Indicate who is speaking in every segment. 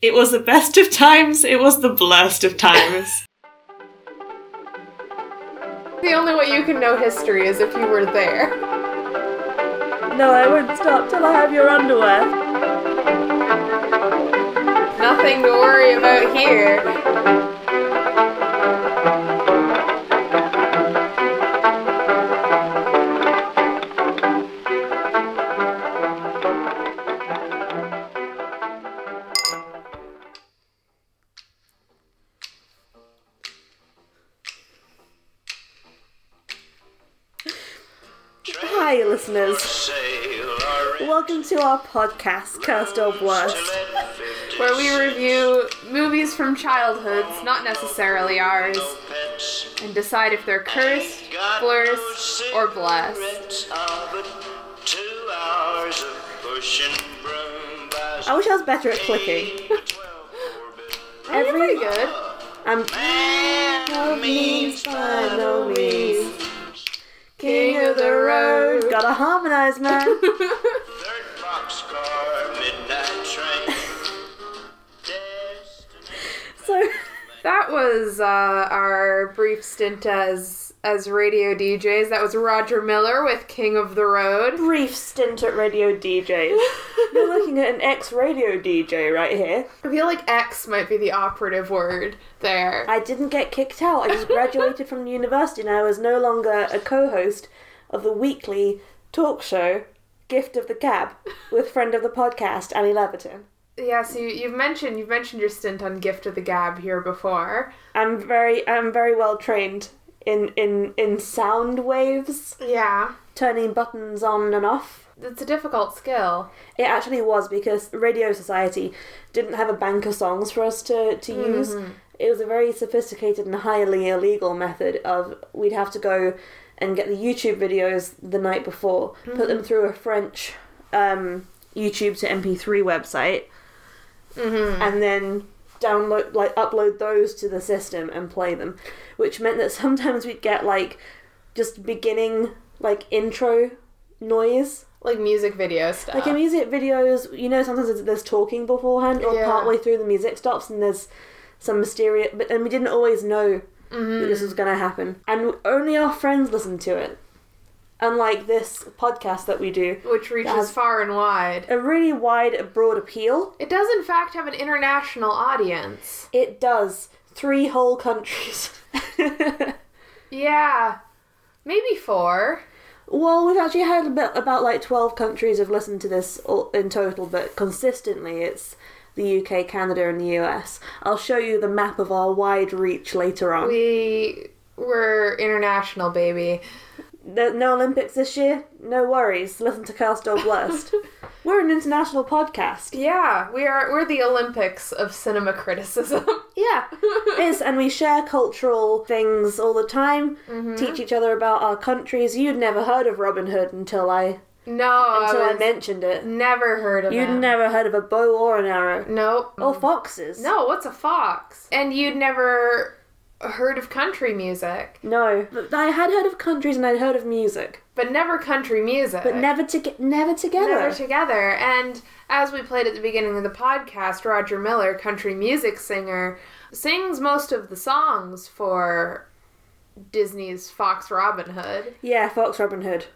Speaker 1: It was the best of times, it was the blurst of times.
Speaker 2: The only way you can know history is if you were there.
Speaker 3: No, I won't stop till I have your underwear.
Speaker 2: Nothing to worry about here.
Speaker 3: Hi, listeners. Welcome to our podcast, Cursed or Worst.
Speaker 2: Where we review movies from childhoods, not necessarily ours, and decide if they're cursed, blurred, or blessed.
Speaker 3: I wish I was better at clicking.
Speaker 2: Every pretty good.
Speaker 3: I'm king of the road. Gotta harmonize, man. so,
Speaker 2: That was uh, our brief stint as as radio DJs. That was Roger Miller with King of the Road.
Speaker 3: brief stint at radio DJs. You're looking at an ex radio DJ right here.
Speaker 2: I feel like X might be the operative word there.
Speaker 3: I didn't get kicked out. I just graduated from university and I was no longer a co host of the weekly talk show Gift of the Cab with friend of the podcast, Annie Leverton.
Speaker 2: Yeah, so you, you've mentioned you've mentioned your stint on Gift of the Gab here before.
Speaker 3: I'm very I'm very well trained in in in sound waves,
Speaker 2: Yeah,
Speaker 3: turning buttons on and off.
Speaker 2: it's a difficult skill.
Speaker 3: It actually was because Radio Society didn't have a bank of songs for us to, to use. It was a very sophisticated and highly illegal method of we'd have to go and get the YouTube videos the night before, put them through a French um, YouTube to MP3 website, and then download like upload those to the system and play them, which meant that sometimes we'd get like just beginning like intro noise
Speaker 2: Like music video stuff.
Speaker 3: like in music videos, you know, sometimes there's, there's talking beforehand, or
Speaker 2: Yeah.
Speaker 3: partway through the music stops, and there's some mysterious. But and we didn't always know that this was going to happen, and only our friends listened to it. Unlike this podcast that we do,
Speaker 2: which reaches
Speaker 3: Yes.
Speaker 2: far and wide.
Speaker 3: a really wide, broad appeal.
Speaker 2: It does, in fact, have an international audience.
Speaker 3: It does three whole countries.
Speaker 2: Yeah, maybe four.
Speaker 3: well, we've actually had about, about like twelve countries have listened to this all, in total, but consistently it's. The UK, Canada, and the US. I'll show you the map of our wide reach later on.
Speaker 2: We were international, baby.
Speaker 3: There's no Olympics this year. No worries. Listen to Cursed or Blessed. We're an international podcast.
Speaker 2: Yeah, we are. We're the Olympics of cinema criticism.
Speaker 3: Yeah, it is, and we share cultural things all the time.
Speaker 2: Mm-hmm.
Speaker 3: Teach each other about our countries. You'd never heard of Robin Hood until I
Speaker 2: no,
Speaker 3: until
Speaker 2: Oh, I
Speaker 3: I
Speaker 2: was
Speaker 3: mentioned it.
Speaker 2: never heard of
Speaker 3: You'd
Speaker 2: them.
Speaker 3: never heard of a bow or an arrow
Speaker 2: Nope.
Speaker 3: or foxes.
Speaker 2: Mm. No, what's a fox? And you'd never heard of country music,
Speaker 3: no. But I had heard of countries and I'd heard of music,
Speaker 2: but never country music.
Speaker 3: but never to never together.
Speaker 2: Never together. And as we played at the beginning of the podcast, Roger Miller, country music singer, sings most of the songs for Disney's Fox Robin Hood,
Speaker 3: yeah, Fox Robin Hood.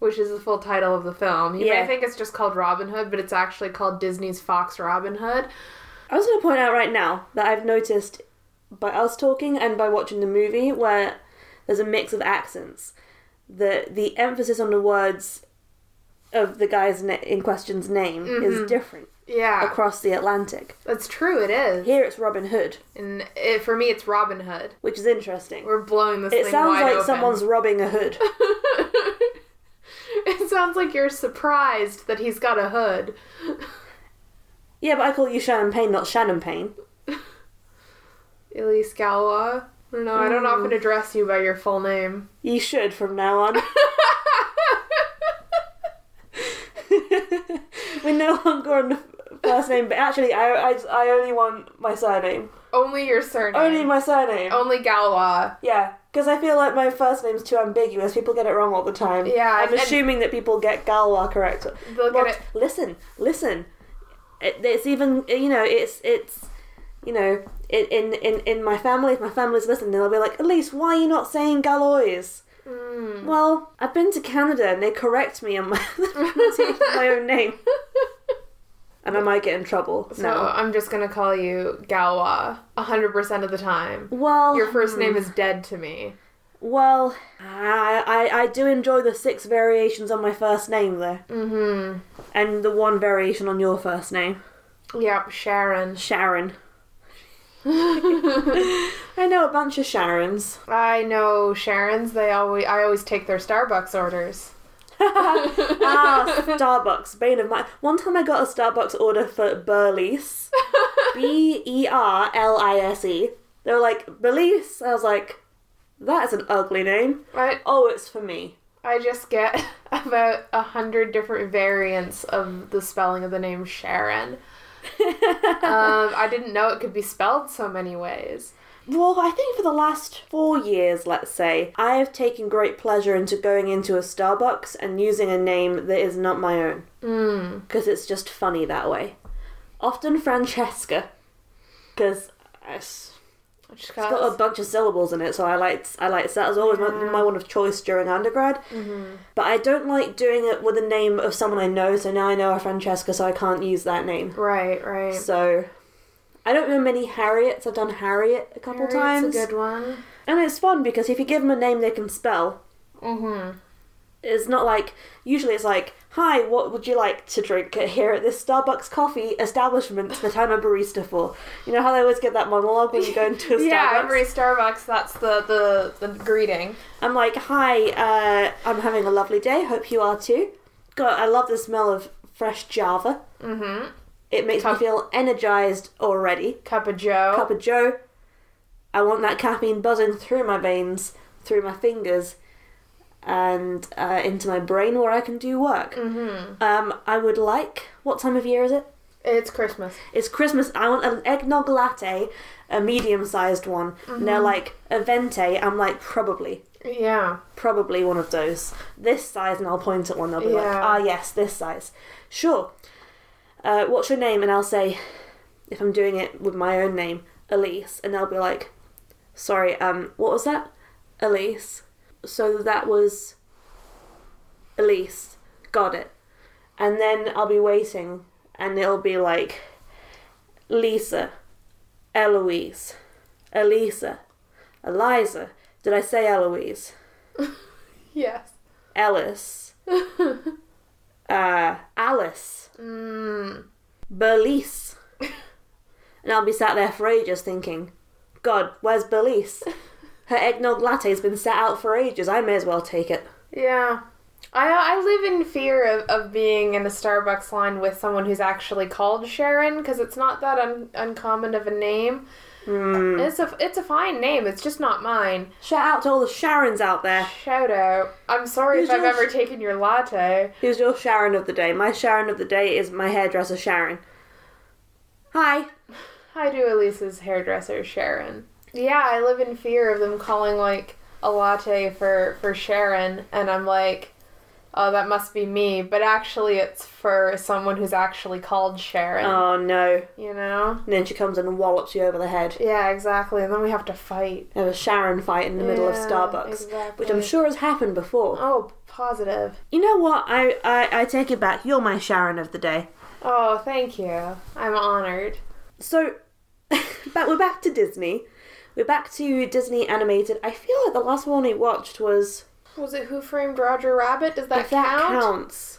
Speaker 2: which is the full title of the film. You
Speaker 3: Yeah.
Speaker 2: may think it's just called Robin Hood, but it's actually called Disney's Fox Robin Hood.
Speaker 3: I was going to point out right now that I've noticed by us talking and by watching the movie where there's a mix of accents. The the emphasis on the words of the guy's na- in question's name
Speaker 2: Mm-hmm.
Speaker 3: is different
Speaker 2: Yeah,
Speaker 3: across the Atlantic.
Speaker 2: that's true. It is,
Speaker 3: Here it's Robin Hood,
Speaker 2: and it, for me, it's Robin Hood.
Speaker 3: which is interesting.
Speaker 2: We're blowing this.
Speaker 3: It
Speaker 2: thing
Speaker 3: sounds
Speaker 2: wide
Speaker 3: like
Speaker 2: open.
Speaker 3: someone's robbing a hood.
Speaker 2: It sounds like you're surprised that he's got a hood.
Speaker 3: yeah, but I call you Shannon Payne, not Shannon Payne.
Speaker 2: Elise Galois. No, know. I don't
Speaker 3: Hmm.
Speaker 2: often address you by your full name.
Speaker 3: You should from now on. We're no longer on the first name, but actually, I, I, I only want my surname.
Speaker 2: Only your surname.
Speaker 3: Only my surname.
Speaker 2: Only Galois.
Speaker 3: Yeah, because I feel like my first name's too ambiguous. People get it wrong all the time.
Speaker 2: Yeah,
Speaker 3: I'm
Speaker 2: and-
Speaker 3: assuming that people get Galois correct.
Speaker 2: They'll
Speaker 3: Well,
Speaker 2: get it.
Speaker 3: Listen, listen. it, it's even you know it's it's you know in in in, in my family if my family's listening they'll be like elise why are you not saying gallois
Speaker 2: Hmm.
Speaker 3: well i've been to canada and they correct me on my, my own name and i might get in trouble
Speaker 2: So
Speaker 3: no
Speaker 2: I'm just gonna call you Galwa 100% of the time.
Speaker 3: well
Speaker 2: Your first name is dead to me.
Speaker 3: well I, I i do enjoy the six variations on my first name though
Speaker 2: Mm
Speaker 3: and the one variation on your first name
Speaker 2: hmm. Yep, Sharon.
Speaker 3: sharon
Speaker 2: I
Speaker 3: i know a bunch of sharons
Speaker 2: know Sharon's. They always I always take their Starbucks orders.
Speaker 3: ah, Starbucks, bane of my. One time I got a Starbucks order for Burlees, B E R L I S E. They were like Belize. I was like, that's an ugly name.
Speaker 2: I
Speaker 3: Oh, it's for me.
Speaker 2: I just get about a hundred different variants of the spelling of the name Sharon. um, I didn't know it could be spelled so many ways.
Speaker 3: Well, I think for the last four years, let's say, I have taken great pleasure into going into a Starbucks and using a name that is not my own
Speaker 2: Mm.
Speaker 3: because it's just funny that way. Often Francesca, because.
Speaker 2: Which
Speaker 3: It's got a
Speaker 2: cause
Speaker 3: bunch of syllables in it, so I liked I liked that. It was always my, my one of choice during undergrad.
Speaker 2: Mm-hmm.
Speaker 3: But I don't like doing it with the name of someone I know. So now I know a Francesca, so I can't use that name.
Speaker 2: right, right.
Speaker 3: So I don't know many Harriets. I've done Harriet a couple
Speaker 2: Harriet's
Speaker 3: times,
Speaker 2: a good one.
Speaker 3: and it's fun because if you give them a name they can spell,
Speaker 2: Mm-hmm.
Speaker 3: it's not like usually it's like. Hi, what would you like to drink at- here at this Starbucks coffee establishment that I'm a barista for? You know how they always get that monologue when you go into a Starbucks?
Speaker 2: Yeah, every Starbucks, that's the the, the greeting.
Speaker 3: I'm like, hi, uh, I'm having a lovely day. Hope you are too. God, I love the smell of fresh Java.
Speaker 2: Mm-hmm.
Speaker 3: It makes me
Speaker 2: Cup-
Speaker 3: feel energized already.
Speaker 2: Cup of Joe.
Speaker 3: Cup of Joe. I want that caffeine buzzing through my veins, through my fingers, and uh, into my brain where I can do work.
Speaker 2: mm-hmm.
Speaker 3: Um, I would like. What time of year is it?
Speaker 2: It's Christmas.
Speaker 3: It's Christmas. I want an eggnog latte, a medium-sized one. And they're like a venti. I'm like probably.
Speaker 2: Yeah.
Speaker 3: probably one of those. This size, and I'll point at one. They'll be like,
Speaker 2: Yeah.
Speaker 3: ah, yes, this size. Sure. Uh, what's your name? And I'll say, if I'm doing it with my own name, Elise. And they'll be like, sorry, um, what was that? Elise. So that was Elise. Got it. And then I'll be waiting, and it'll be like, Lisa, Eloise, Elisa, Eliza. Did I say Eloise?
Speaker 2: Yes.
Speaker 3: Ellis, uh, Alice,
Speaker 2: Mm.
Speaker 3: Belize. and I'll be sat there for ages thinking, God, where's Belize? Her eggnog latte's been set out for ages. I may as well take it.
Speaker 2: Yeah. I, I live in fear of, of being in a Starbucks line with someone who's actually called Sharon because it's not that un, uncommon of a name.
Speaker 3: Mm.
Speaker 2: It's a it's a fine name. It's just not mine.
Speaker 3: Shout out to all the Sharons out there.
Speaker 2: Shout out. I'm sorry
Speaker 3: Who's
Speaker 2: if I've
Speaker 3: your-
Speaker 2: ever taken your latte.
Speaker 3: Who's your Sharon of the day? My Sharon of the day is my hairdresser Sharon. Hi.
Speaker 2: Hi to Elise's hairdresser Sharon. Yeah, I live in fear of them calling like a latte for for Sharon, and I'm like, oh, that must be me. But actually, it's for someone who's actually called Sharon.
Speaker 3: Oh no.
Speaker 2: You know.
Speaker 3: And then she comes and wallops you over the head.
Speaker 2: Yeah, exactly. And then we have to fight.
Speaker 3: There was Sharon fight in the middle of
Speaker 2: Yeah,
Speaker 3: Starbucks, which I'm
Speaker 2: exactly.
Speaker 3: sure has happened before.
Speaker 2: Oh, positive.
Speaker 3: You know what? I, I, I take it back. You're my Sharon of the day.
Speaker 2: Oh, thank you. I'm honored.
Speaker 3: So, back, we're back to Disney. We're back to Disney animated. I feel like the last one we watched was.
Speaker 2: Was it Who Framed Roger Rabbit? Does that
Speaker 3: if that
Speaker 2: count?
Speaker 3: counts.
Speaker 2: If not-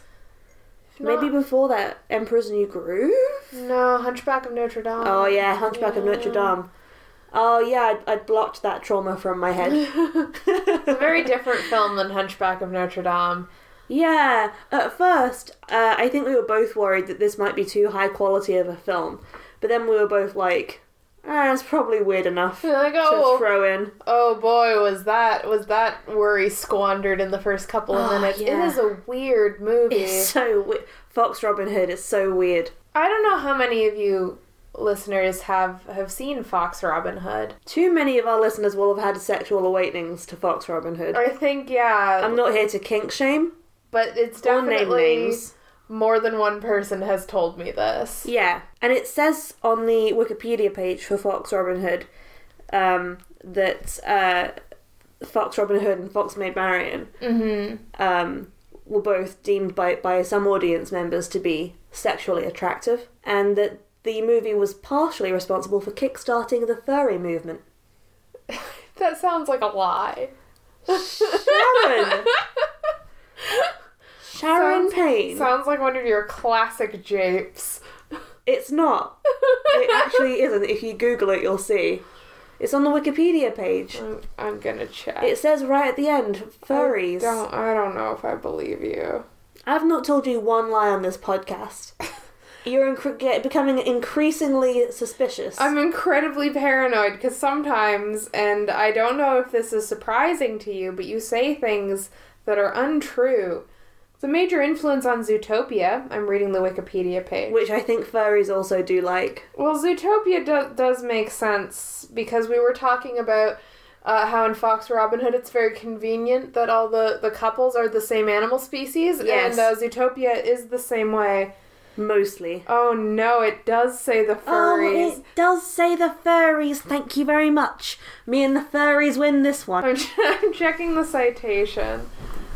Speaker 2: Oh,
Speaker 3: Maybe before that, Emperor's New Groove?
Speaker 2: No, Hunchback of Notre Dame.
Speaker 3: Oh, yeah, Hunchback of Notre Dame. Oh, yeah, I'd, I'd blocked that trauma from my head.
Speaker 2: It's a very different film than Hunchback of Notre Dame.
Speaker 3: Yeah, at first, uh, I think we were both worried that this might be too high quality of a film. But then we were both like, ah, it's probably weird enough
Speaker 2: You're like,
Speaker 3: to
Speaker 2: oh,
Speaker 3: throw in.
Speaker 2: oh boy, was that was that worry squandered in the first couple of
Speaker 3: Oh,
Speaker 2: minutes?
Speaker 3: yeah.
Speaker 2: It is a weird movie.
Speaker 3: It's so weird. Fox Robin Hood is so weird.
Speaker 2: I don't know how many of you listeners have have seen Fox Robin Hood.
Speaker 3: Too many of our listeners will have had sexual awakenings to Fox Robin Hood.
Speaker 2: I think yeah,
Speaker 3: I'm not here to kink shame
Speaker 2: but it's
Speaker 3: or name
Speaker 2: definitely
Speaker 3: names.
Speaker 2: more than one person has told me this.
Speaker 3: Yeah, and it says on the Wikipedia page for Fox Robin Hood um, that uh, Fox Robin Hood and Fox Maid Marian um, were both deemed by, by some audience members to be sexually attractive, and that the movie was partially responsible for kickstarting the furry movement.
Speaker 2: That sounds like a lie.
Speaker 3: Sharon! Sharon
Speaker 2: Sounds-
Speaker 3: Payne.
Speaker 2: Sounds like one of your classic japes.
Speaker 3: It's not. It actually isn't. If you Google it, you'll see. It's on the Wikipedia page.
Speaker 2: I'm, I'm gonna check.
Speaker 3: It says right at the end, furries.
Speaker 2: I don't, I don't know if I believe you.
Speaker 3: I've not told you one lie on this podcast. You're incre- get, becoming increasingly suspicious.
Speaker 2: I'm incredibly paranoid because sometimes, and I don't know if this is surprising to you, but you say things that are untrue. The major influence on Zootopia, I'm reading the Wikipedia page.
Speaker 3: which I think furries also do like.
Speaker 2: Well, Zootopia do- does make sense because we were talking about uh, how in Fox Robin Hood it's very convenient that all the, the couples are the same animal species,
Speaker 3: Yes.
Speaker 2: and uh, Zootopia is the same way.
Speaker 3: Mostly.
Speaker 2: Oh no, it does say the furries.
Speaker 3: Oh, it does say the furries. Thank you very much. Me and the furries win this one.
Speaker 2: I'm, ch- I'm checking the citation.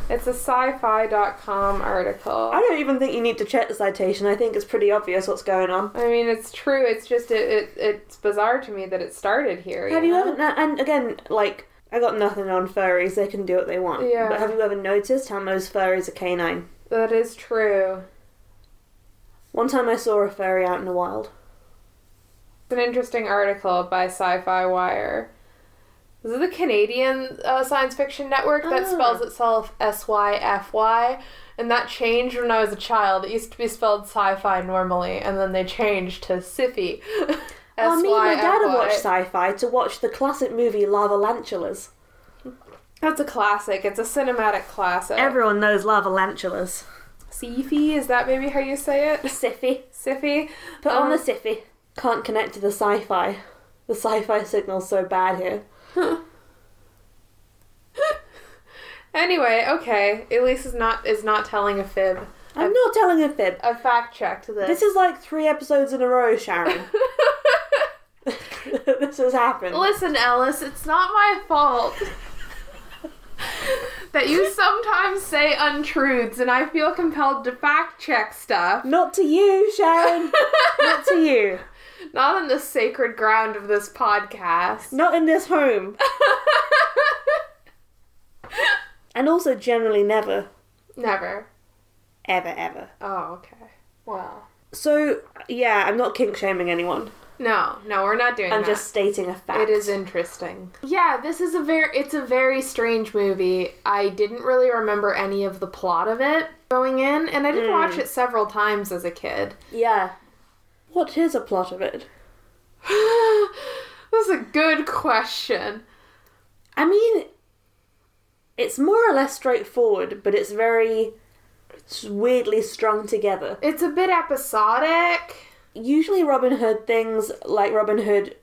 Speaker 2: It's a sci fi.com article.
Speaker 3: I don't even think you need to check the citation. I think it's pretty obvious what's going on.
Speaker 2: I mean, it's true. It's just it, it it's bizarre to me that it started here.
Speaker 3: Have you
Speaker 2: know?
Speaker 3: ever? na- And again, like I got nothing on furries. They can do what they want.
Speaker 2: Yeah.
Speaker 3: But have you ever noticed how most furries are canine?
Speaker 2: That is true.
Speaker 3: One time I saw a furry out in the wild.
Speaker 2: It's an interesting article by Sci Fi Wire. This is the Canadian uh, science fiction network that
Speaker 3: Ah.
Speaker 2: spells itself S Y F Y, and that changed when I was a child. It used to be spelled sci fi normally, and then they changed to SIFI.
Speaker 3: Oh, me and my dad have
Speaker 2: SYFY.
Speaker 3: watched sci-fi to watch the classic movie Lavalantulas.
Speaker 2: That's a classic. It's a cinematic classic.
Speaker 3: Everyone knows Lavalantulas.
Speaker 2: Sifi, is that maybe how you say it?
Speaker 3: Siffy.
Speaker 2: Sifi?
Speaker 3: Put on
Speaker 2: Um,
Speaker 3: the siffy. Can't connect to the sci-fi. The sci-fi signal's so bad here.
Speaker 2: Anyway, okay. Elise is not is not telling a fib.
Speaker 3: I'm Uh, not telling a fib.
Speaker 2: I fact checked this.
Speaker 3: This is like three episodes in a row, Sharon. this has happened.
Speaker 2: Listen, Ellis, it's not my fault that you sometimes say untruths and I feel compelled to fact check stuff.
Speaker 3: Not to you, Sharon. Not to you.
Speaker 2: Not on the sacred ground of this podcast.
Speaker 3: Not in this home. and also, generally, never,
Speaker 2: Never.
Speaker 3: ever, ever.
Speaker 2: Oh, okay. Well.
Speaker 3: So, yeah, I'm not kink shaming anyone.
Speaker 2: No, no, we're not doing
Speaker 3: I'm
Speaker 2: that.
Speaker 3: just stating a fact.
Speaker 2: It is interesting. Yeah, this is a very it's a very strange movie. I didn't really remember any of the plot of it going in, and I did watch it several times as a kid.
Speaker 3: Yeah. What is a plot of it?
Speaker 2: That's a good question.
Speaker 3: I mean, it's more or less straightforward, but it's very s- weirdly strung together.
Speaker 2: It's a bit episodic.
Speaker 3: usually Robin Hood things like Robin Hood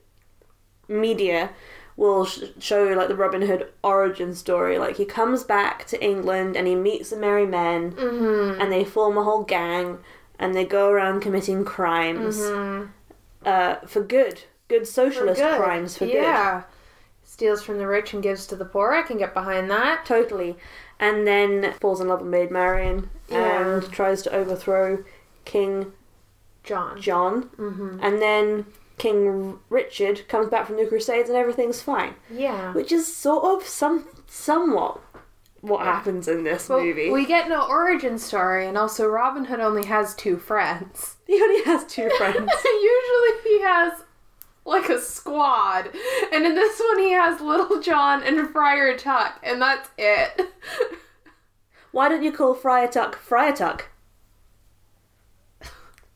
Speaker 3: media will sh- show like the Robin Hood origin story. Like he comes back to England and he meets the Merry Men,
Speaker 2: Mm-hmm.
Speaker 3: and they form a whole gang, and they go around committing crimes uh, for good, good socialist
Speaker 2: Mm-hmm. Good.
Speaker 3: crimes for good.
Speaker 2: Yeah. Steals from the rich and gives to the poor. I can get behind that.
Speaker 3: Totally. And then falls in love with Maid Marian
Speaker 2: Yeah.
Speaker 3: and tries to overthrow King
Speaker 2: John.
Speaker 3: John. Mm-hmm. And then King Richard comes back from the Crusades and everything's fine.
Speaker 2: Yeah.
Speaker 3: Which is sort of some somewhat what happens in this
Speaker 2: But
Speaker 3: movie.
Speaker 2: We get no origin story, and also Robin Hood only has two friends.
Speaker 3: He only has two friends.
Speaker 2: Usually he has like a squad, and in this one he has Little John and Friar Tuck, and that's it.
Speaker 3: Why don't you call Friar Tuck Friar Tuck?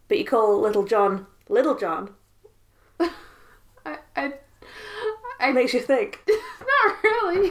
Speaker 3: But you call Little John Little John.
Speaker 2: I, I
Speaker 3: Makes you think.
Speaker 2: not really.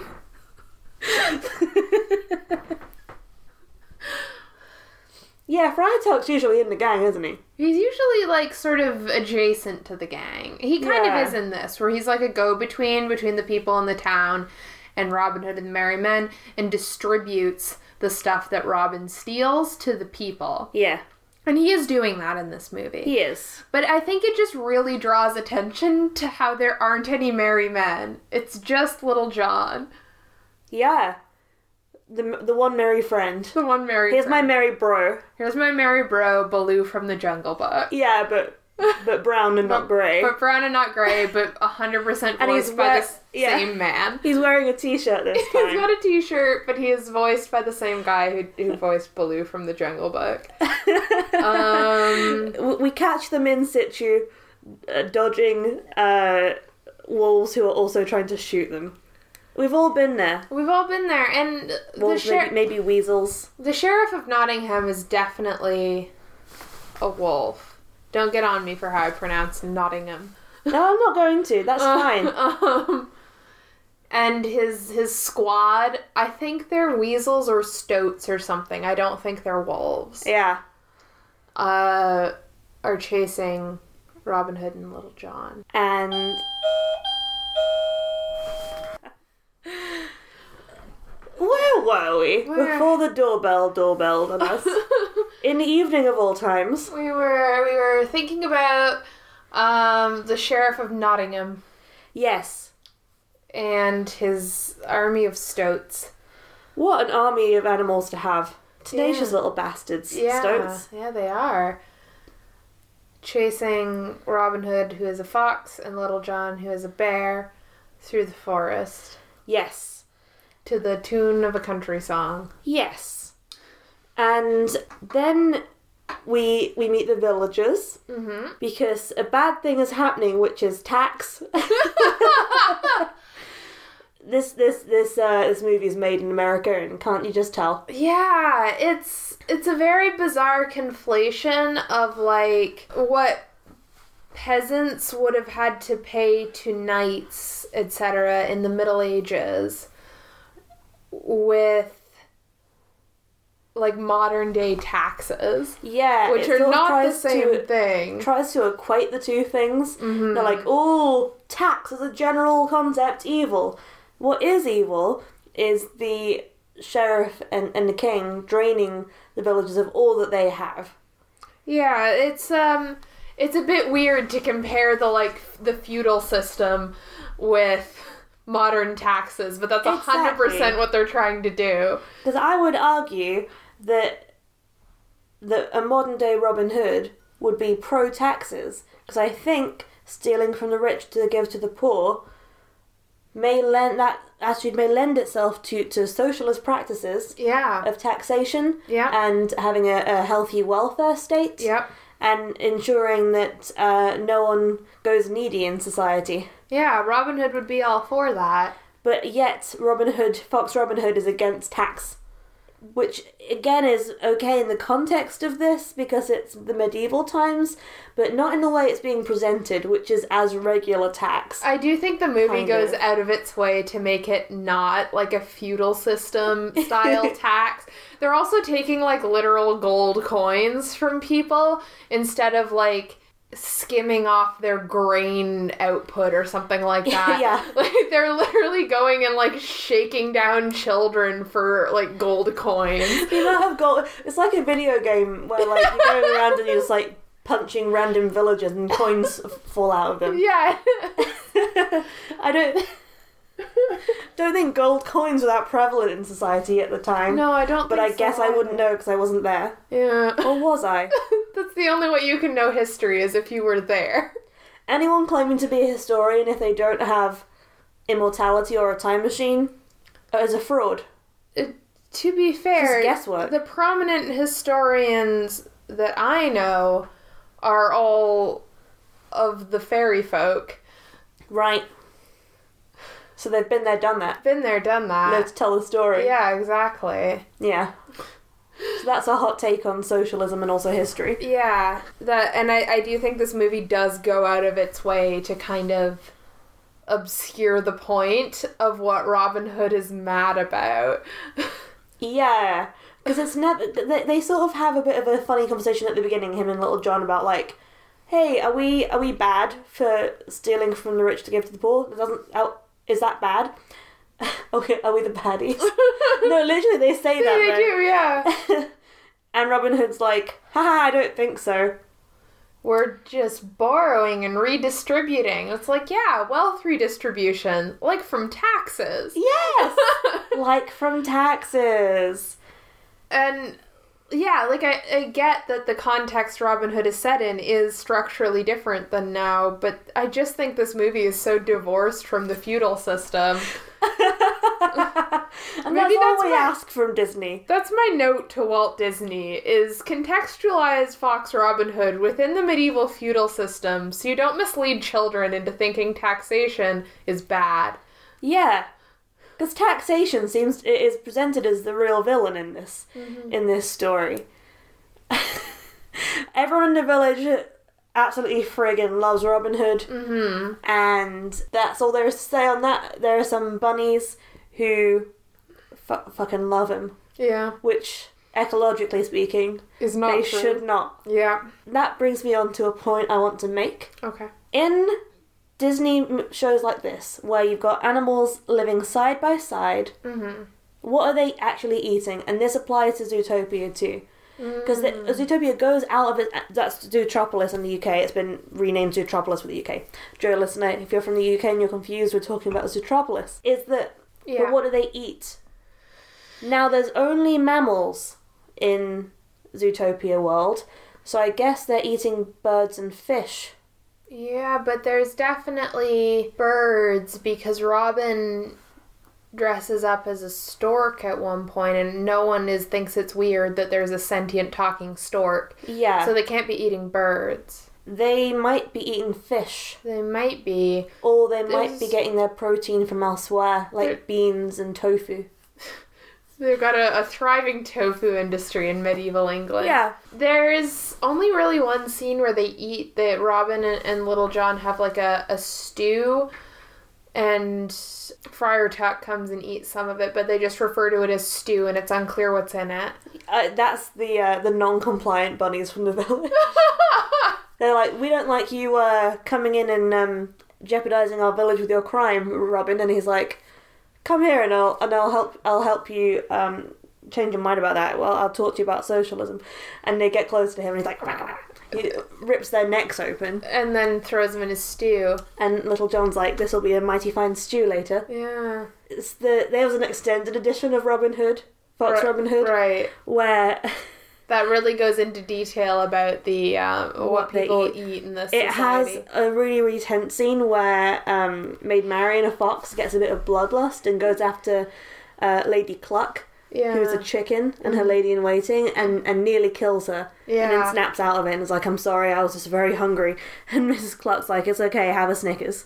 Speaker 3: yeah, Friar Tuck's usually in the gang, isn't he?
Speaker 2: He's usually like sort of adjacent to the gang. He kind
Speaker 3: Yeah.
Speaker 2: of is in this, where he's like a go between between the people in the town and Robin Hood and the Merry Men and distributes the stuff that Robin steals to the people.
Speaker 3: Yeah.
Speaker 2: And he is doing that in this movie.
Speaker 3: He is.
Speaker 2: But I think it just really draws attention to how there aren't any merry men. It's just little John,
Speaker 3: Yeah. The, the one merry friend.
Speaker 2: the one merry.
Speaker 3: Here's my
Speaker 2: friend.
Speaker 3: merry bro.
Speaker 2: here's my merry bro, Baloo from the Jungle Book.
Speaker 3: Yeah, but but brown and not grey.
Speaker 2: But brown and not gray, but 100%
Speaker 3: And he's
Speaker 2: voiced by
Speaker 3: wet-
Speaker 2: the s-
Speaker 3: yeah.
Speaker 2: same man.
Speaker 3: He's wearing a t-shirt this
Speaker 2: He's
Speaker 3: time.
Speaker 2: got a T-shirt, but he is voiced by the same guy who, who voiced Baloo from the Jungle Book. Um,
Speaker 3: W- we catch them in situ, uh, dodging uh, wolves who are also trying to shoot them. We've all been there.
Speaker 2: we've all been there, and the,
Speaker 3: Wolves,
Speaker 2: sher-
Speaker 3: maybe, maybe weasels.
Speaker 2: the sheriff of Nottingham is definitely a wolf. Don't get on me for how I pronounce Nottingham.
Speaker 3: No, I'm not going to. That's
Speaker 2: Uh,
Speaker 3: fine.
Speaker 2: um, and his his squad, I think they're weasels or stoats or something. I don't think they're wolves.
Speaker 3: Yeah.
Speaker 2: uh, are chasing Robin Hood and Little John.
Speaker 3: And where were we
Speaker 2: Where-
Speaker 3: before the doorbell doorbelled on us? in the evening of all times.
Speaker 2: We were we were thinking about um, the sheriff of Nottingham
Speaker 3: Yes.
Speaker 2: and his army of stoats.
Speaker 3: What an army of animals to have. Tenacious
Speaker 2: Yeah.
Speaker 3: little bastards.
Speaker 2: Yeah,
Speaker 3: Stoats.
Speaker 2: yeah, they are chasing Robin Hood, who is a fox, and Little John, who is a bear, through the forest
Speaker 3: Yes.
Speaker 2: to the tune of a country song.
Speaker 3: Yes. And then we we meet the villagers
Speaker 2: Mm-hmm.
Speaker 3: because a bad thing is happening, which is tax. this this this uh, this movie is made in America, and can't you just tell?
Speaker 2: Yeah, it's it's a very bizarre conflation of like what peasants would have had to pay to knights, etc., in the Middle Ages with like modern day taxes,
Speaker 3: Yeah,
Speaker 2: which
Speaker 3: it
Speaker 2: are
Speaker 3: sort of
Speaker 2: not the
Speaker 3: tries
Speaker 2: same
Speaker 3: To,
Speaker 2: thing.
Speaker 3: tries to equate the two things. They're like, oh, tax is a general concept. Evil. What is evil is the sheriff and, and the king draining the villagers of all that they have.
Speaker 2: Yeah, it's um it's a bit weird to compare the like f- the feudal system with modern taxes, but that's a hundred percent
Speaker 3: Exactly.
Speaker 2: what they're trying to do.
Speaker 3: Because I would argue that that a modern day Robin Hood would be pro taxes. Because I think stealing from the rich to give to the poor may lend that attitude may lend itself to, to socialist practices
Speaker 2: Yeah.
Speaker 3: of taxation
Speaker 2: Yeah.
Speaker 3: and having a, a healthy welfare state
Speaker 2: Yep.
Speaker 3: and ensuring that uh, no one goes needy in society.
Speaker 2: Yeah, Robin Hood would be all for that.
Speaker 3: But yet, Robin Hood, Fox Robin Hood, is against tax, which again is okay in the context of this because it's the medieval times, but not in the way it's being presented, which is as regular tax.
Speaker 2: I do think the movie
Speaker 3: Kind
Speaker 2: goes
Speaker 3: of.
Speaker 2: out of its way to make it not like a feudal system style tax. They're also taking like literal gold coins from people instead of like skimming off their grain output or something like that.
Speaker 3: Yeah.
Speaker 2: Like they're literally going and like shaking down children for like gold coins.
Speaker 3: The amount of gold, it's like a video game where like you're going around and you're just like punching random villagers and coins f- fall out of them.
Speaker 2: Yeah.
Speaker 3: I don't. Don't think gold coins were that prevalent in society at the time.
Speaker 2: no, I don't
Speaker 3: but I
Speaker 2: think
Speaker 3: guess
Speaker 2: so
Speaker 3: I
Speaker 2: either.
Speaker 3: wouldn't know because I wasn't there.
Speaker 2: Yeah.
Speaker 3: Or was I?
Speaker 2: That's the only way you can know history is if you were there.
Speaker 3: anyone claiming to be a historian if they don't have immortality or a time machine is a fraud.
Speaker 2: Uh, to be fair,
Speaker 3: Just guesswork.
Speaker 2: the prominent historians that I know are all of the fairy folk.
Speaker 3: Right. So they've been there, done that.
Speaker 2: Been there, done
Speaker 3: Know
Speaker 2: that.
Speaker 3: to tell the story.
Speaker 2: Ah. Yeah, exactly.
Speaker 3: Yeah. So that's our hot take on socialism and also history.
Speaker 2: Yeah, that, and I, I do think this movie does go out of its way to kind of obscure the point of what Robin Hood is mad about.
Speaker 3: Yeah. Because it's never. They, they sort of have a bit of a funny conversation at the beginning, him and Little John, about like. Hey, are we are we bad for stealing from the rich to give to the poor? It doesn't oh, is that bad? okay, are we the baddies? no, literally they say that.
Speaker 2: they
Speaker 3: though.
Speaker 2: do, yeah.
Speaker 3: And Robin Hood's like, haha, I don't think so.
Speaker 2: We're just borrowing and redistributing. It's like, yeah, wealth redistribution, like from taxes.
Speaker 3: Yes! like from taxes.
Speaker 2: and yeah, like I, I get that the context Robin Hood is set in is structurally different than now, but I just think this movie is so divorced from the feudal system.
Speaker 3: and
Speaker 2: Maybe
Speaker 3: that's all
Speaker 2: that's
Speaker 3: we
Speaker 2: why-
Speaker 3: ask from Disney.
Speaker 2: That's my note to Walt Disney is contextualize Fox Robin Hood within the medieval feudal system so you don't mislead children into thinking taxation is bad.
Speaker 3: Yeah. Because taxation seems it is presented as the real villain in this
Speaker 2: Mm-hmm.
Speaker 3: in this story. Everyone in the village absolutely friggin' loves Robin Hood, mm-hmm. and that's all there is to say on that. There are some bunnies who fu- fucking love him,
Speaker 2: Yeah.
Speaker 3: which ecologically speaking,
Speaker 2: Is not
Speaker 3: they
Speaker 2: true.
Speaker 3: should not.
Speaker 2: Yeah.
Speaker 3: That brings me on to a point I want to make
Speaker 2: Okay.
Speaker 3: in Disney m- shows like this, where you've got animals living side by side, what are they actually eating? And this applies to Zootopia too. Because Zootopia goes out of it. uh, That's Zootropolis in the UK. It's been renamed Zootropolis for the UK. Joe, listener, if you're from the UK and you're confused, we're talking about Zootropolis. Is that.
Speaker 2: Yeah.
Speaker 3: But what do they eat? Now, there's only mammals in Zootopia world, so I guess they're eating birds and fish.
Speaker 2: Yeah, but there's definitely birds because Robin dresses up as a stork at one point and no one is thinks it's weird that there's a sentient talking stork.
Speaker 3: Yeah.
Speaker 2: So they can't be eating birds.
Speaker 3: They might be eating fish,
Speaker 2: They might be.
Speaker 3: or they might be
Speaker 2: There's-
Speaker 3: getting their protein from elsewhere, like
Speaker 2: There-
Speaker 3: beans and tofu.
Speaker 2: They've got a, a thriving tofu industry in medieval England.
Speaker 3: Yeah.
Speaker 2: There's only really one scene where they eat that Robin and, and Little John have like a, a stew and Friar Tuck comes and eats some of it, but they just refer to it as stew and it's unclear what's in it.
Speaker 3: Uh, that's the uh, the non-compliant bunnies from the village. They're like, we don't like you uh, coming in and um, jeopardizing our village with your crime, Robin. And he's like, come here and I'll and I'll help I'll help you um, change your mind about that. Well, I'll talk to you about socialism. And they get close to him, and he's like, he rips their necks open.
Speaker 2: And then throws them in a stew.
Speaker 3: And Little John's like, this will be a mighty fine stew later.
Speaker 2: Yeah.
Speaker 3: it's the there was an extended edition of Robin Hood,
Speaker 2: Right-
Speaker 3: Fox Robin Hood,
Speaker 2: Right.
Speaker 3: where
Speaker 2: That really goes into detail about the um, what,
Speaker 3: What they
Speaker 2: people eat. in this
Speaker 3: it has
Speaker 2: society.
Speaker 3: a really really tense scene where um, Maid Marian, a fox, gets a bit of bloodlust and goes after uh, Lady Cluck,
Speaker 2: yeah. Mm-hmm.
Speaker 3: who's a chicken and her lady in waiting, and and nearly kills her. And
Speaker 2: Yeah.
Speaker 3: then snaps out of it and is like, "I'm sorry, I was just very hungry." And Mrs. Cluck's like, "It's okay, have a Snickers."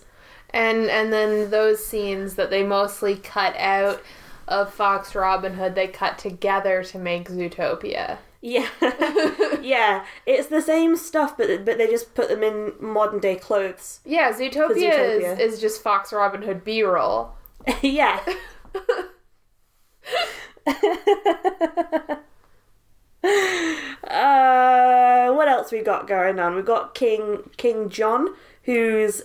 Speaker 2: And and then those scenes that they mostly cut out of Fox Robin Hood, they cut together to make Zootopia.
Speaker 3: Yeah, yeah, it's the same stuff, but but they just put them in modern day clothes.
Speaker 2: Yeah, Zootopia,
Speaker 3: Zootopia.
Speaker 2: Is, is just Fox Robin Hood B roll.
Speaker 3: yeah. uh, what else we got going on? We've got King King John, who's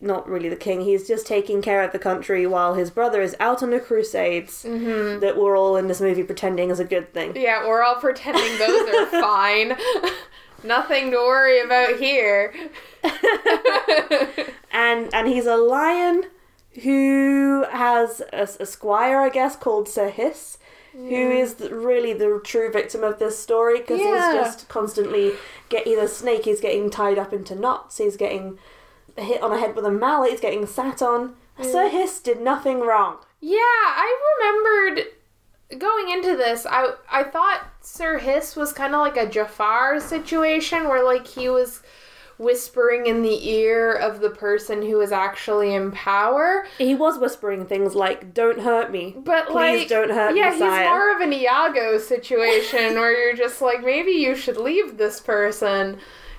Speaker 3: not really the king. He's just taking care of the country while his brother is out on the crusades that we're all in this movie pretending is a good thing.
Speaker 2: Yeah, we're all pretending those are fine. Nothing to worry about here.
Speaker 3: And and he's a lion who has a, a squire, I guess, called Sir Hiss, who is th- really the true victim of this story because
Speaker 2: Yeah.
Speaker 3: he's just constantly get either snake. He's getting tied up into knots. He's getting hit on the head with a mallet. He's getting sat on. Sir Hiss did nothing wrong.
Speaker 2: Yeah, I remembered going into this. I I thought Sir Hiss was kind of like a Jafar situation where like he was whispering in the ear of the person who was actually in power.
Speaker 3: He was whispering things like "Don't hurt me."
Speaker 2: But
Speaker 3: Please
Speaker 2: like
Speaker 3: don't hurt me,
Speaker 2: Yeah,
Speaker 3: sire.
Speaker 2: he's more of an Iago situation where you're just like maybe you should leave this person.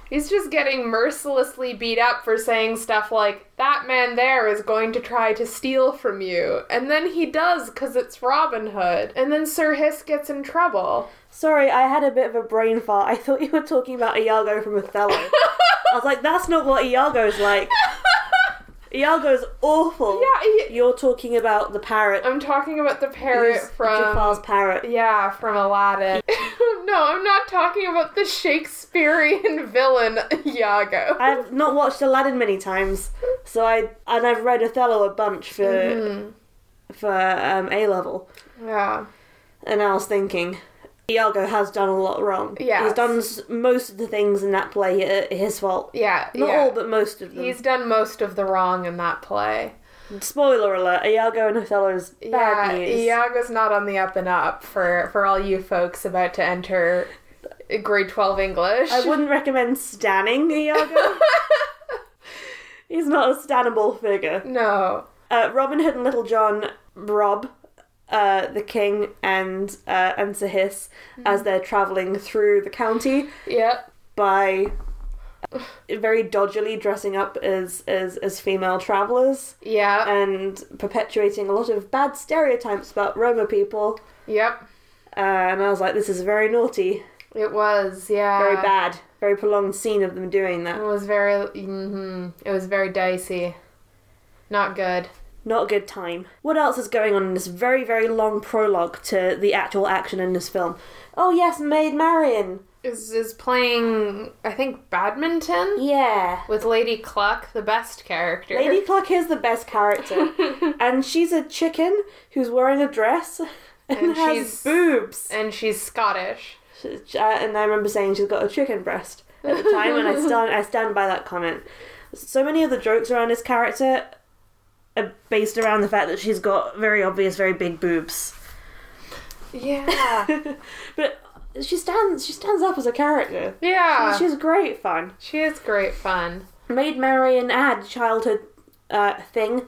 Speaker 2: He's just getting mercilessly beat up for saying stuff like that man there is going to try to steal from you. And then he does cuz it's Robin Hood. And then Sir Hiss gets in trouble.
Speaker 3: Sorry, I had a bit of a brain fart. I thought you were talking about Iago from Othello. I was like, that's not what Iago's like. Iago's awful.
Speaker 2: Yeah, he-
Speaker 3: You're talking about the parrot.
Speaker 2: I'm talking about the parrot
Speaker 3: who's
Speaker 2: from
Speaker 3: Jafar's parrot.
Speaker 2: Yeah, from Aladdin. no, I'm not talking about the Shakespearean villain Iago.
Speaker 3: I've not watched Aladdin many times, so I and I've read Othello a bunch for
Speaker 2: Mm-hmm.
Speaker 3: for um, A level,
Speaker 2: Yeah.
Speaker 3: and I was thinking. Iago has done a lot wrong.
Speaker 2: Yes.
Speaker 3: he's done s- most of the things in that play uh, his fault.
Speaker 2: Yeah.
Speaker 3: Not
Speaker 2: yeah.
Speaker 3: all, but most of them.
Speaker 2: He's done most of the wrong in that play.
Speaker 3: Spoiler alert: Iago and Othello is bad
Speaker 2: yeah,
Speaker 3: news.
Speaker 2: Iago's not on the up and up for for all you folks about to enter grade twelve English.
Speaker 3: I wouldn't recommend stanning Iago. He's not a stannable figure.
Speaker 2: No.
Speaker 3: Uh, Robin Hood and Little John rob uh, the king and uh, and Sir Hiss
Speaker 2: Mm.
Speaker 3: as they're traveling through the county
Speaker 2: Yep.
Speaker 3: by uh, very dodgily dressing up as as, as female travelers
Speaker 2: Yep.
Speaker 3: and perpetuating a lot of bad stereotypes about Roma people.
Speaker 2: Yep.
Speaker 3: Uh, and I was like, this is very naughty,
Speaker 2: It was. Yeah.
Speaker 3: very bad, very prolonged scene of them doing
Speaker 2: It
Speaker 3: that.
Speaker 2: was very. hmm It was very dicey. Not good.
Speaker 3: Not a good time. What else is going on in this very, very long prologue to the actual action in this film? Oh, yes, Maid Marian.
Speaker 2: Is is playing I think badminton
Speaker 3: Yeah.
Speaker 2: with Lady Cluck, the best character.
Speaker 3: Lady Clark is the best character. and she's a chicken who's wearing a dress and,
Speaker 2: And
Speaker 3: has
Speaker 2: she's-
Speaker 3: boobs.
Speaker 2: and she's Scottish.
Speaker 3: She- uh, And I remember saying she's got a chicken breast at the time, and I stand, I stand by that comment. So many of the jokes around this character are based around the fact that she's got very obvious, very big boobs.
Speaker 2: Yeah.
Speaker 3: but she stands she stands up as a character.
Speaker 2: yeah.
Speaker 3: She's great fun.
Speaker 2: she is great fun.
Speaker 3: Maid Marian had a childhood uh, thing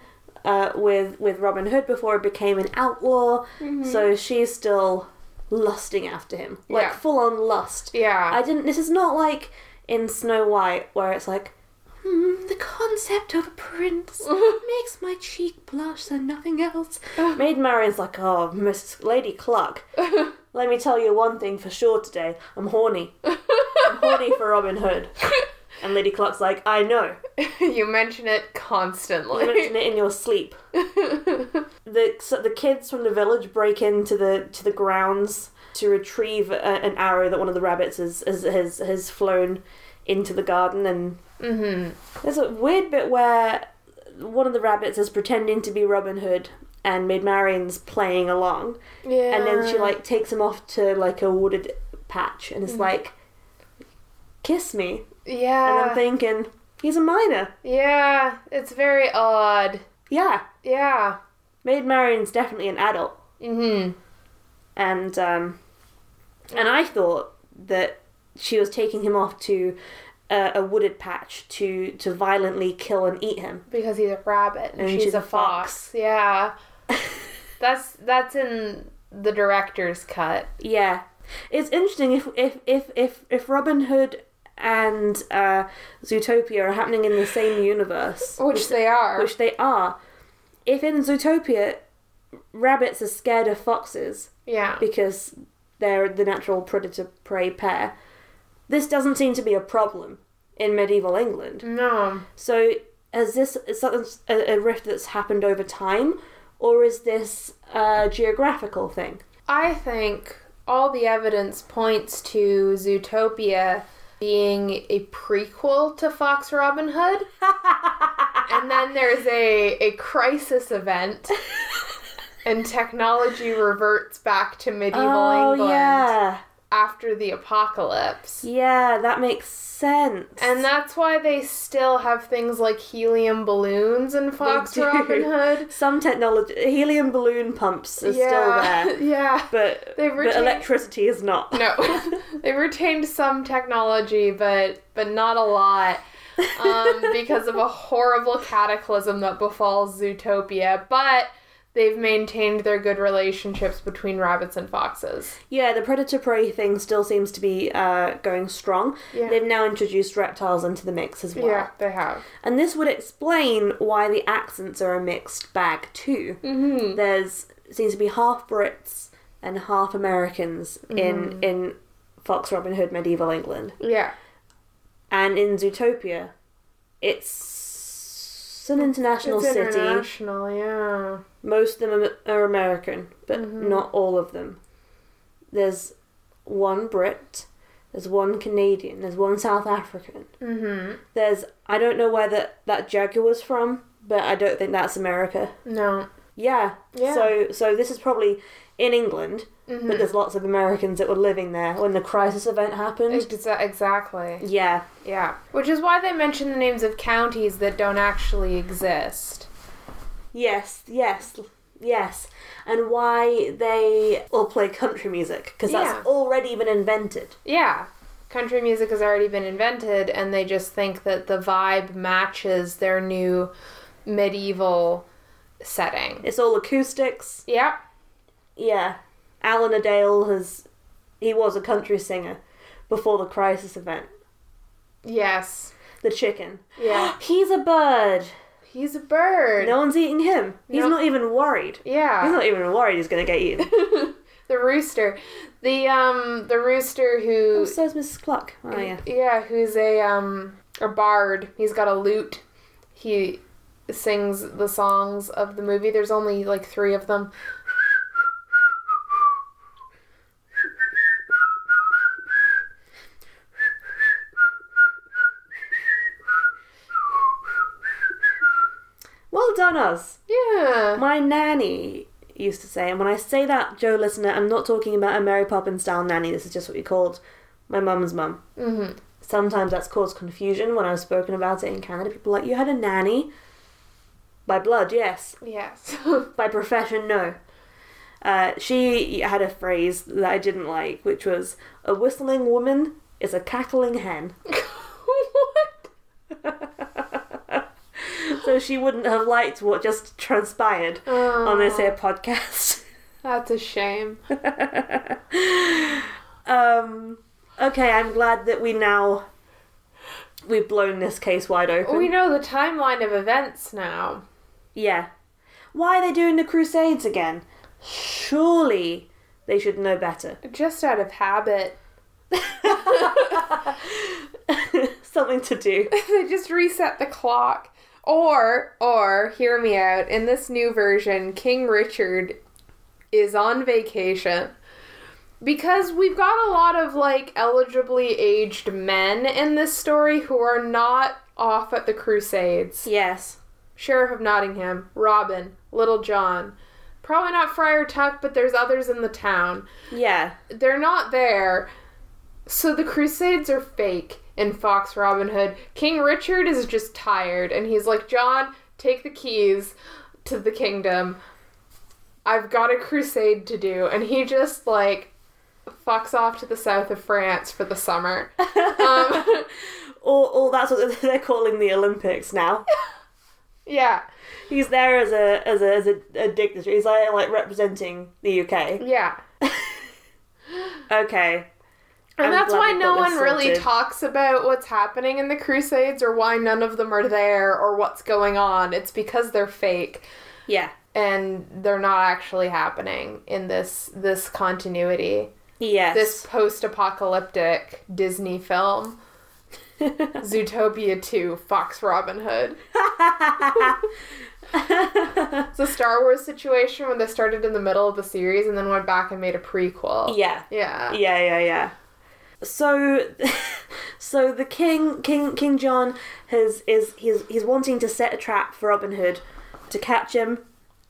Speaker 3: uh, with with Robin Hood before he became an outlaw,
Speaker 2: Mm-hmm.
Speaker 3: so she's still lusting after him, like
Speaker 2: Yeah.
Speaker 3: full on lust.
Speaker 2: Yeah.
Speaker 3: I didn't. This is not like in Snow White where it's like. Hmm, the concept of a prince makes my cheek blush and nothing else. Maid Marian's like, oh, Miss Lady Cluck, let me tell you one thing for sure today. I'm horny. I'm horny for Robin Hood. And Lady Cluck's like, I know.
Speaker 2: you mention it constantly.
Speaker 3: You mention it in your sleep. the so the kids from the village break into the to the grounds to retrieve a, an arrow that one of the rabbits has has has, has flown into the garden, and there's a weird bit where one of the rabbits is pretending to be Robin Hood. And Maid Marian's playing along,
Speaker 2: yeah.
Speaker 3: and then she like takes him off to like a wooded patch, and is like, "Kiss me," and
Speaker 2: Yeah.
Speaker 3: I'm thinking he's a minor.
Speaker 2: yeah. It's very odd.
Speaker 3: Yeah,
Speaker 2: Yeah.
Speaker 3: Maid Marian's definitely an adult,
Speaker 2: Mm-hmm.
Speaker 3: and um, and I thought that she was taking him off to a, a wooded patch to to violently kill and eat him.
Speaker 2: Because he's a rabbit and, she's, a fox. Yeah. that's that's in the director's cut.
Speaker 3: Yeah, it's interesting if if if if, if Robin Hood and uh, Zootopia are happening in the same universe,
Speaker 2: Which they are.
Speaker 3: which they are. If in Zootopia, rabbits are scared of foxes
Speaker 2: yeah.
Speaker 3: because they're the natural predator prey pair. This doesn't seem to be a problem in medieval England.
Speaker 2: No.
Speaker 3: So, is this is that a, a rift that's happened over time, or is this a geographical thing?
Speaker 2: I think all the evidence points to Zootopia being a prequel to Fox Robin Hood. and then there's a, a crisis event, and technology reverts back to medieval England
Speaker 3: Oh, yeah,
Speaker 2: after the apocalypse.
Speaker 3: yeah, that makes sense.
Speaker 2: And that's why they still have things like helium balloons in Fox
Speaker 3: do.
Speaker 2: Robin Hood.
Speaker 3: some technology, helium balloon pumps are
Speaker 2: yeah.
Speaker 3: still there,
Speaker 2: yeah.
Speaker 3: but
Speaker 2: They've
Speaker 3: but
Speaker 2: retained-
Speaker 3: electricity is not.
Speaker 2: No, they retained some technology, but but not a lot, um, because of a horrible cataclysm that befalls Zootopia. But they've maintained their good relationships between rabbits and foxes.
Speaker 3: Yeah, the predator prey thing still seems to be uh, going strong.
Speaker 2: Yeah.
Speaker 3: They've now introduced reptiles into the mix as well.
Speaker 2: Yeah, they have.
Speaker 3: And this would explain why the accents are a mixed bag too. Mm-hmm. There's seems to be half Brits and half Americans in in Fox Robin Hood medieval England.
Speaker 2: Yeah,
Speaker 3: And in Zootopia, it's an international
Speaker 2: it's
Speaker 3: city.
Speaker 2: international. Yeah, Mm-hmm.
Speaker 3: Most of them are- are American, but not all of them. There's one Brit, there's one Canadian, there's one South African.
Speaker 2: Mm-hmm.
Speaker 3: There's I don't know where that that Jaguar was from, but I don't think that's America.
Speaker 2: No.
Speaker 3: Yeah.
Speaker 2: Yeah.
Speaker 3: So so this is probably in England,
Speaker 2: Mm-hmm.
Speaker 3: but there's lots of Americans that were living there when the crisis event happened.
Speaker 2: Exa- exactly.
Speaker 3: Yeah.
Speaker 2: Yeah. Which is why they mention the names of counties that don't actually exist.
Speaker 3: Yes, yes, yes. And why they all play country music because that's
Speaker 2: Yeah.
Speaker 3: already been invented.
Speaker 2: Yeah. Country music has already been invented, and they just think that the vibe matches their new medieval setting.
Speaker 3: It's all acoustics.
Speaker 2: Yep.
Speaker 3: Yeah. Alan Adale has he was a country singer before the crisis event.
Speaker 2: Yes.
Speaker 3: The chicken.
Speaker 2: Yeah.
Speaker 3: He's a bird.
Speaker 2: He's a bird.
Speaker 3: No one's eating him. He's
Speaker 2: No.
Speaker 3: not even worried. He's
Speaker 2: Yeah.
Speaker 3: not even worried he's going to get eaten.
Speaker 2: The rooster. The um the rooster
Speaker 3: oh,
Speaker 2: who
Speaker 3: so's Mrs. Cluck. Oh, yeah.
Speaker 2: yeah, who's a um a bard. He's got a lute. He sings the songs of the movie. There's only like 3 of them.
Speaker 3: Well done, us.
Speaker 2: Yeah.
Speaker 3: My nanny used to say, and when I say that, Joe listener, I'm not talking about a Mary Poppins style nanny. This is just what we called my mum's mum.
Speaker 2: Mhm.
Speaker 3: Sometimes that's caused confusion when I've spoken about it in Canada. People are like, you had a nanny? By blood, yes.
Speaker 2: Yes.
Speaker 3: By profession, no. Uh, she had a phrase that I didn't like, which was, a whistling woman is a cackling hen.
Speaker 2: what?
Speaker 3: so she wouldn't have liked what just transpired on this here podcast.
Speaker 2: That's a shame.
Speaker 3: Um. Okay, I'm glad that we now we've blown this case wide open.
Speaker 2: We know the timeline of events now.
Speaker 3: yeah. Why are they doing the Crusades again? Surely they should know better.
Speaker 2: Just out of habit.
Speaker 3: Something to do.
Speaker 2: they just reset the clock. Or, or, hear me out, in this new version, King Richard is on vacation. Because we've got a lot of, like, eligibly aged men in this story who are not off at the Crusades.
Speaker 3: Yes.
Speaker 2: Sheriff of Nottingham, Robin, Little John. Probably not Friar Tuck, but there's others in the town.
Speaker 3: Yeah.
Speaker 2: They're not there. So the Crusades are fake in Fox Robin Hood. King Richard is just tired and he's like, John, take the keys to the kingdom. I've got a crusade to do. And he just like fucks off to the south of France for the summer. Um,
Speaker 3: Or, or that's what they're calling the Olympics now.
Speaker 2: yeah,
Speaker 3: He's there as a as a as a, a dignitary. He's like like representing the UK.
Speaker 2: yeah.
Speaker 3: Okay.
Speaker 2: And
Speaker 3: I'm
Speaker 2: that's
Speaker 3: glad
Speaker 2: why
Speaker 3: we've
Speaker 2: no
Speaker 3: got this
Speaker 2: one really
Speaker 3: sorted.
Speaker 2: talks about what's happening in the Crusades or why none of them are there or what's going on. It's because they're fake.
Speaker 3: Yeah.
Speaker 2: and they're not actually happening in this this continuity.
Speaker 3: Yes.
Speaker 2: This post-apocalyptic Disney film, Zootopia 2, Fox Robin Hood. It's a Star Wars situation when they started in the middle of the series and then went back and made a prequel.
Speaker 3: yeah.
Speaker 2: Yeah.
Speaker 3: yeah yeah yeah so so the king king king john has is he's he's wanting to set a trap for robin hood to catch him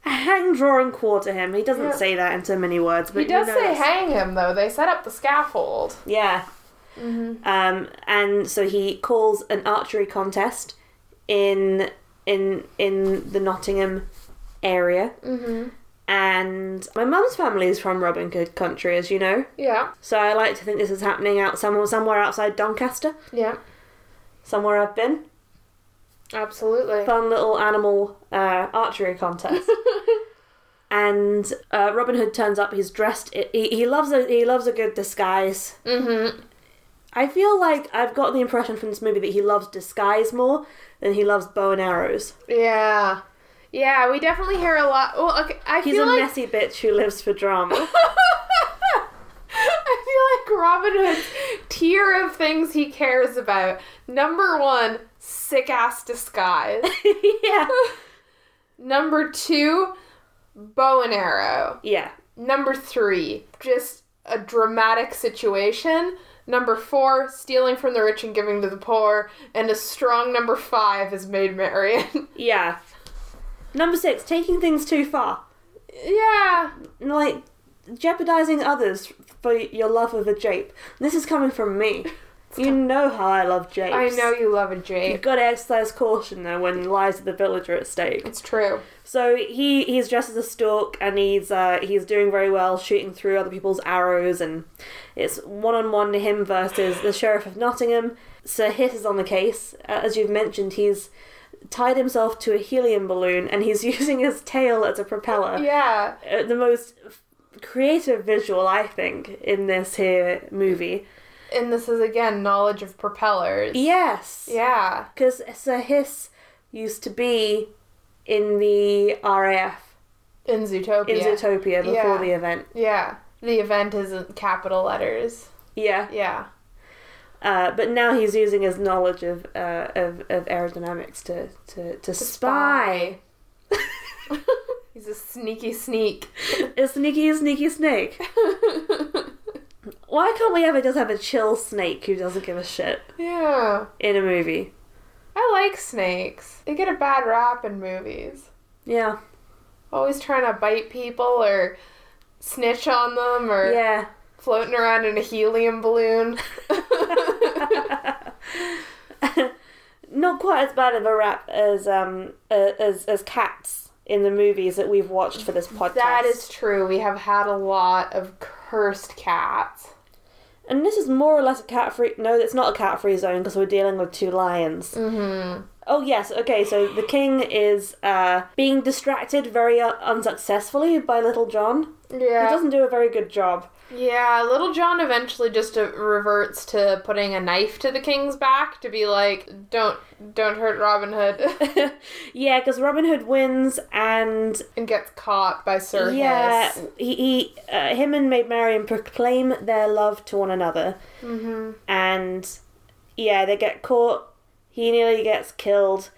Speaker 3: hang draw and quarter him he doesn't
Speaker 2: Yeah.
Speaker 3: say that in so many words but
Speaker 2: He does
Speaker 3: you know
Speaker 2: say
Speaker 3: that's-
Speaker 2: hang him though. They set up the scaffold.
Speaker 3: yeah
Speaker 2: Mm-hmm.
Speaker 3: um and so he calls an archery contest in in in the nottingham area
Speaker 2: Mhm.
Speaker 3: and my mum's family is from robin hood country as you know
Speaker 2: Yeah.
Speaker 3: so I like to think this is happening out somewhere, somewhere outside Doncaster,
Speaker 2: Yeah.
Speaker 3: somewhere I've been.
Speaker 2: Absolutely.
Speaker 3: Fun little animal uh, archery contest. and uh, Robin Hood turns up. He's dressed. He, he loves a he loves a good disguise.
Speaker 2: Mhm.
Speaker 3: I feel like I've got the impression from this movie that he loves disguise more than he loves bow and arrows.
Speaker 2: Yeah. Yeah, we definitely hear a lot. Well, okay, I
Speaker 3: He's
Speaker 2: feel
Speaker 3: a
Speaker 2: like
Speaker 3: messy bitch who lives for drama.
Speaker 2: I feel like Robin Hood's tier of things he cares about. Number one, sick ass disguise.
Speaker 3: yeah,
Speaker 2: Number two, bow and arrow.
Speaker 3: yeah,
Speaker 2: Number three, just a dramatic situation. Number four, stealing from the rich and giving to the poor. And a strong number five is Maid Marian.
Speaker 3: Yeah. Number six, taking things too far.
Speaker 2: yeah.
Speaker 3: Like, jeopardizing others for your love of a jape. This is coming from me. You know how I love japes.
Speaker 2: I know you love a
Speaker 3: You've
Speaker 2: jape.
Speaker 3: got to exercise caution though when lives of the village are at stake.
Speaker 2: It's true.
Speaker 3: So he he's dressed as a stork and he's uh, he's doing very well, shooting through other people's arrows, and it's one on one him versus the sheriff of Nottingham. Sir Hit is on the case. Uh, as you've mentioned, he's tied himself to a helium balloon and he's using his tail as a propeller.
Speaker 2: Yeah.
Speaker 3: Uh, the most f- creative visual I think in this here movie.
Speaker 2: And this is again knowledge of propellers.
Speaker 3: Yes.
Speaker 2: Yeah.
Speaker 3: Because Sir Hiss used to be in the RAF
Speaker 2: In Zootopia.
Speaker 3: in Zootopia before
Speaker 2: Yeah.
Speaker 3: the event.
Speaker 2: yeah. The event is in capital letters.
Speaker 3: Yeah.
Speaker 2: Yeah.
Speaker 3: Uh, but now he's using his knowledge of, uh, of, of aerodynamics to, to, to spy.
Speaker 2: He's a sneaky sneak.
Speaker 3: A sneaky, sneaky snake. Why can't we ever just have a chill snake who doesn't give a shit
Speaker 2: Yeah.
Speaker 3: in a movie?
Speaker 2: I like snakes. They get a bad rap in movies.
Speaker 3: Yeah.
Speaker 2: Always trying to bite people or snitch on them or
Speaker 3: Yeah.
Speaker 2: floating around in a helium balloon.
Speaker 3: Not quite as bad of a rap as um uh, as as cats in the movies that we've watched for this podcast.
Speaker 2: that is true. We have had a lot of cursed cats.
Speaker 3: And this is more or less a cat free. No, it's not a cat free zone because we're dealing with two lions. Mm-hmm. Oh yes, okay. So the king is uh, being distracted very uh, unsuccessfully by Little John. He
Speaker 2: Yeah.
Speaker 3: doesn't do a very good job.
Speaker 2: Yeah, Little John eventually just uh, reverts to putting a knife to the king's back to be like, "Don't, don't hurt Robin Hood,"
Speaker 3: Yeah, because Robin Hood wins, and
Speaker 2: and gets caught by Sir
Speaker 3: yeah,
Speaker 2: Hiss.
Speaker 3: he, he uh, him and Maid Marian proclaim their love to one another, mm-hmm. and yeah, they get caught. He nearly gets killed.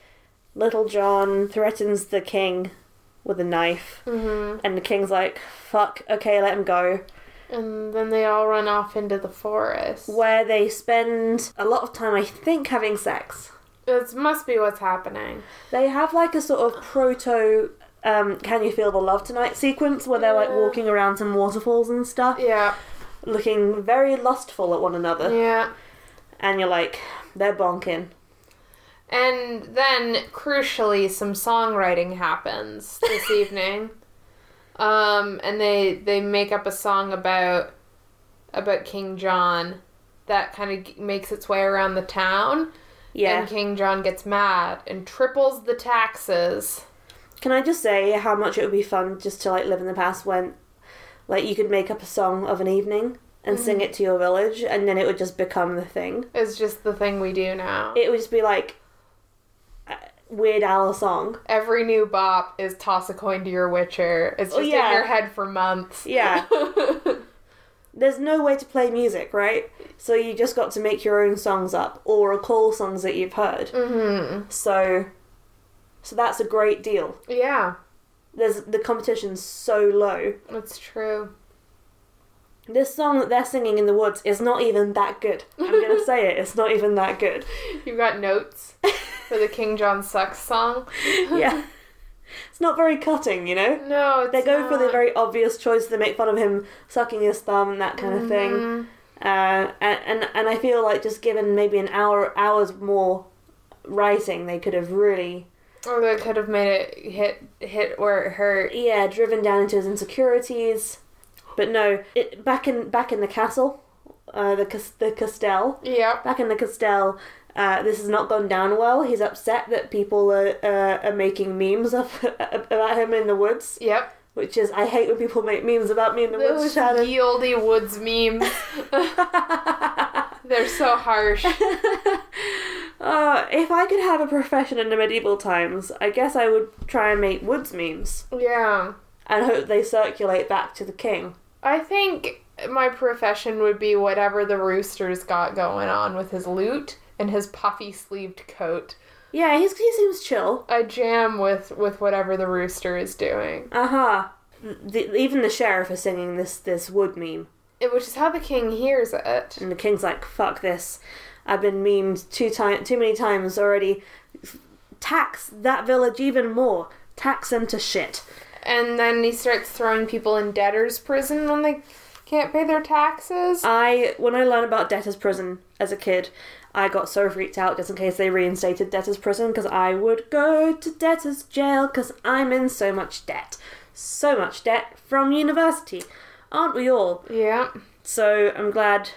Speaker 3: Little John threatens the king with a knife, mm-hmm. and the king's like, "Fuck, okay, let him go."
Speaker 2: and then they all run off into the forest.
Speaker 3: Where they spend a lot of time, I think, having sex.
Speaker 2: This must be what's happening.
Speaker 3: They have like a sort of proto. Um, can you feel the love tonight sequence where they're like
Speaker 2: Yeah.
Speaker 3: walking around some waterfalls and stuff
Speaker 2: Yeah,
Speaker 3: looking very lustful at one another
Speaker 2: yeah.
Speaker 3: and you're like, they're bonking.
Speaker 2: And then, crucially, some songwriting happens this evening. Um, and they they make up a song about about King John that kind of makes its way around the town.
Speaker 3: Yeah.
Speaker 2: And King John gets mad and triples the taxes.
Speaker 3: Can I just say how much it would be fun just to like live in the past when, like, you could make up a song of an evening and sing it to your village, and then it would just become the thing.
Speaker 2: It's just the thing we do now.
Speaker 3: It would just be like uh, Weird Al song.
Speaker 2: Every new bop is toss a coin to your witcher. It's
Speaker 3: Oh,
Speaker 2: just
Speaker 3: yeah.
Speaker 2: in your head for months.
Speaker 3: Yeah. There's no way to play music, right? So you just got to make your own songs up or recall songs that you've heard. Mm-hmm. So, so that's a great deal.
Speaker 2: yeah,
Speaker 3: There's the competition's so low.
Speaker 2: that's true.
Speaker 3: This song that they're singing in the woods is not even that good. I'm gonna say it, it's not even that good.
Speaker 2: You got notes for the King John Sucks song?
Speaker 3: Yeah. It's not very cutting, you know?
Speaker 2: No, it's
Speaker 3: They go for the
Speaker 2: not.
Speaker 3: very obvious choice to make fun of him sucking his thumb and that kind
Speaker 2: Mm-hmm.
Speaker 3: of thing. Uh, and, and and I feel like just given maybe an hour hours more writing, they could have really
Speaker 2: Or Oh, they could have made it hit hit where it hurt.
Speaker 3: yeah driven down into his insecurities. But no, it, back in back in the castle, uh, the cas- the castell.
Speaker 2: Yep.
Speaker 3: back in the Castell. Uh, this has not gone down well. He's upset that people are, uh, are making memes of, about him in the woods,
Speaker 2: Yep.
Speaker 3: which is I hate when people make memes about me in the woods.
Speaker 2: Those
Speaker 3: Shannon.
Speaker 2: ye olde woods memes. They're so harsh.
Speaker 3: Uh, if I could have a profession in the medieval times, I guess I would try and make woods memes
Speaker 2: Yeah.
Speaker 3: and hope they circulate back to the king.
Speaker 2: I think my profession would be whatever the rooster's got going on with his lute and his puffy sleeved coat.
Speaker 3: Yeah, he's, he seems chill.
Speaker 2: I jam with with whatever the rooster is doing.
Speaker 3: Uh-huh. Uh huh. The, even the sheriff is singing this this wood meme.
Speaker 2: It- Which is how the king hears it.
Speaker 3: And the king's like, fuck this. I've been memed too, ti- too many times already. Tax that village even more. Tax them to shit.
Speaker 2: And then he starts throwing people in debtor's prison when they can't pay their taxes.
Speaker 3: I when I learned about debtor's prison as a kid, I got so freaked out just in case they reinstated debtor's prison because I would go to debtor's jail because I'm in so much debt, so much debt from university, aren't we all?
Speaker 2: yeah.
Speaker 3: So I'm glad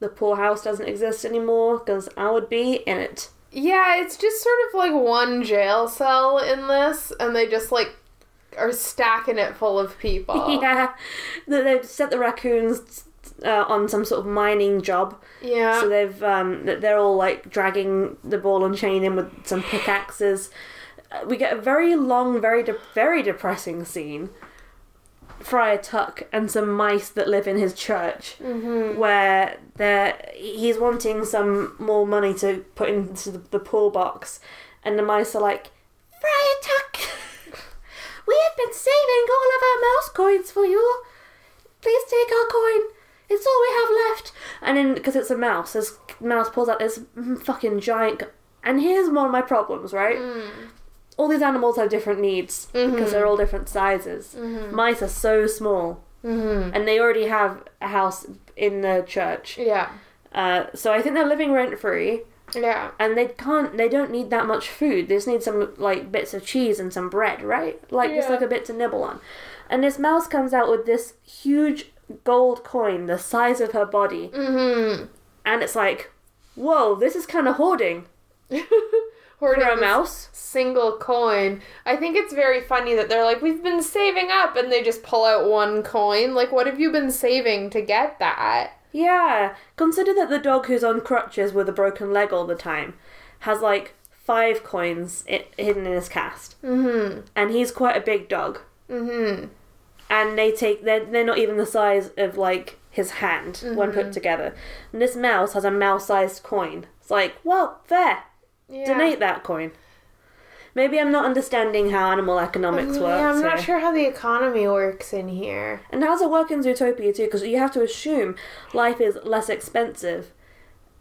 Speaker 3: the poorhouse doesn't exist anymore because I would be in it.
Speaker 2: Yeah, it's just sort of like one jail cell in this, and they just like are stacking it full of people.
Speaker 3: Yeah, They- they've set the raccoons uh, on some sort of mining job.
Speaker 2: Yeah.
Speaker 3: So they've um, th- they're all like dragging the ball and chain in with some pickaxes. Uh, We get a very long, very de- very depressing scene. Friar Tuck and some mice that live in his church, where they're he's wanting some more money to put into the, the pool box, and the mice are like, Friar Tuck, we have been saving all of our mouse coins for you. Please take our coin. It's all we have left. And then, because it's a mouse, this mouse pulls out this mm, fucking giant. c- And here's one of my problems, right? All these animals have different needs because they're all different sizes. Mice are so small, mm-hmm. and they already have a house in the church.
Speaker 2: yeah.
Speaker 3: Uh, so I think they're living rent free,
Speaker 2: Yeah.
Speaker 3: and they can't. They don't need that much food. They just need some like bits of cheese and some bread, right? Like just
Speaker 2: Yeah.
Speaker 3: like a bit to nibble on. And this mouse comes out with this huge gold coin, the size of her body,
Speaker 2: Mm-hmm.
Speaker 3: and it's like, whoa, this is kind of hoarding
Speaker 2: Hoarding
Speaker 3: for a
Speaker 2: this
Speaker 3: mouse.
Speaker 2: single coin. I think it's very funny that they're like, we've been saving up, and they just pull out one coin. Like, what have you been saving to get that?
Speaker 3: Yeah. Consider that the dog who's on crutches with a broken leg all the time has like five coins i hidden in his cast,
Speaker 2: Mm-hmm.
Speaker 3: and he's quite a big dog.
Speaker 2: Mm-hmm.
Speaker 3: and they take they're, they're not even the size of like his hand when
Speaker 2: Mm-hmm.
Speaker 3: put together and this mouse has a mouse sized coin it's like well there
Speaker 2: Yeah.
Speaker 3: donate that coin maybe i'm not understanding how animal economics
Speaker 2: Mm,
Speaker 3: works
Speaker 2: Yeah, I'm not
Speaker 3: here.
Speaker 2: sure how the economy works in here.
Speaker 3: and how's it work in zootopia too because you have to assume life is less expensive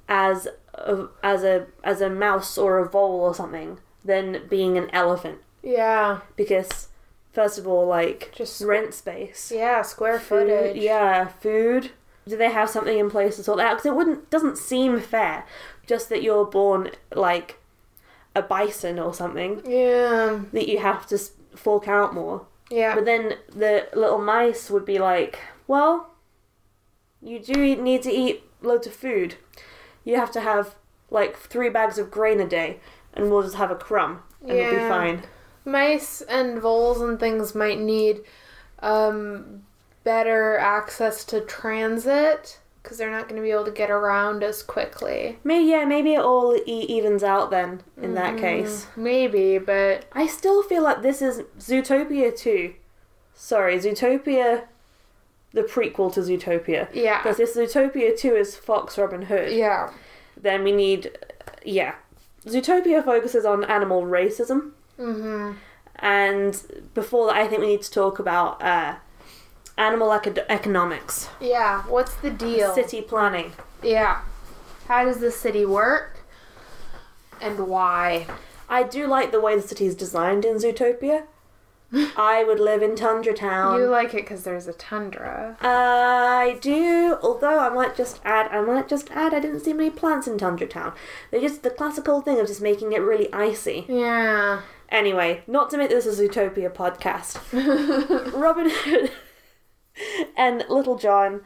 Speaker 3: as a, as a as a mouse or a vole or something than being an elephant
Speaker 2: Yeah.
Speaker 3: because first of all like
Speaker 2: Just-
Speaker 3: rent space
Speaker 2: Yeah, square
Speaker 3: Food,
Speaker 2: footage.
Speaker 3: Yeah, food. Do they have something in place to sort that out? Because it wouldn't doesn't seem fair, just that you're born like a bison or something
Speaker 2: Yeah.
Speaker 3: that you have to s- fork out more.
Speaker 2: Yeah.
Speaker 3: But then the little mice would be like, well, you do eat- need to eat loads of food. You have to have like three bags of grain a day, and we'll just have a crumb, and we'll be
Speaker 2: Yeah.
Speaker 3: fine.
Speaker 2: mice and voles and things might need um, better access to transit because they're not going to be able to get around as quickly.
Speaker 3: Maybe yeah, maybe it all e- evens out then in
Speaker 2: Mm.
Speaker 3: that case.
Speaker 2: Maybe, but
Speaker 3: I still feel like this is Zootopia 2. Sorry, Zootopia, the prequel to Zootopia.
Speaker 2: yeah,
Speaker 3: Because this Zootopia 2 is Fox Robin Hood.
Speaker 2: yeah,
Speaker 3: Then we need. Yeah. Zootopia focuses on animal racism.
Speaker 2: mm-hmm.
Speaker 3: And before that, I think we need to talk about uh, animal eco- economics,
Speaker 2: yeah. What's the deal?
Speaker 3: city planning.
Speaker 2: Yeah, how does the city work, and why?
Speaker 3: I do like the way the city is designed in Zootopia. I would live in Tundra Town.
Speaker 2: you like it because there's a tundra.
Speaker 3: I do, although I might just add, I might just add, I didn't see many plants in Tundra Town. They just the classical thing of just making it really icy.
Speaker 2: Yeah.
Speaker 3: Anyway, not to make this a Zootopia podcast. Robin Hood and Little John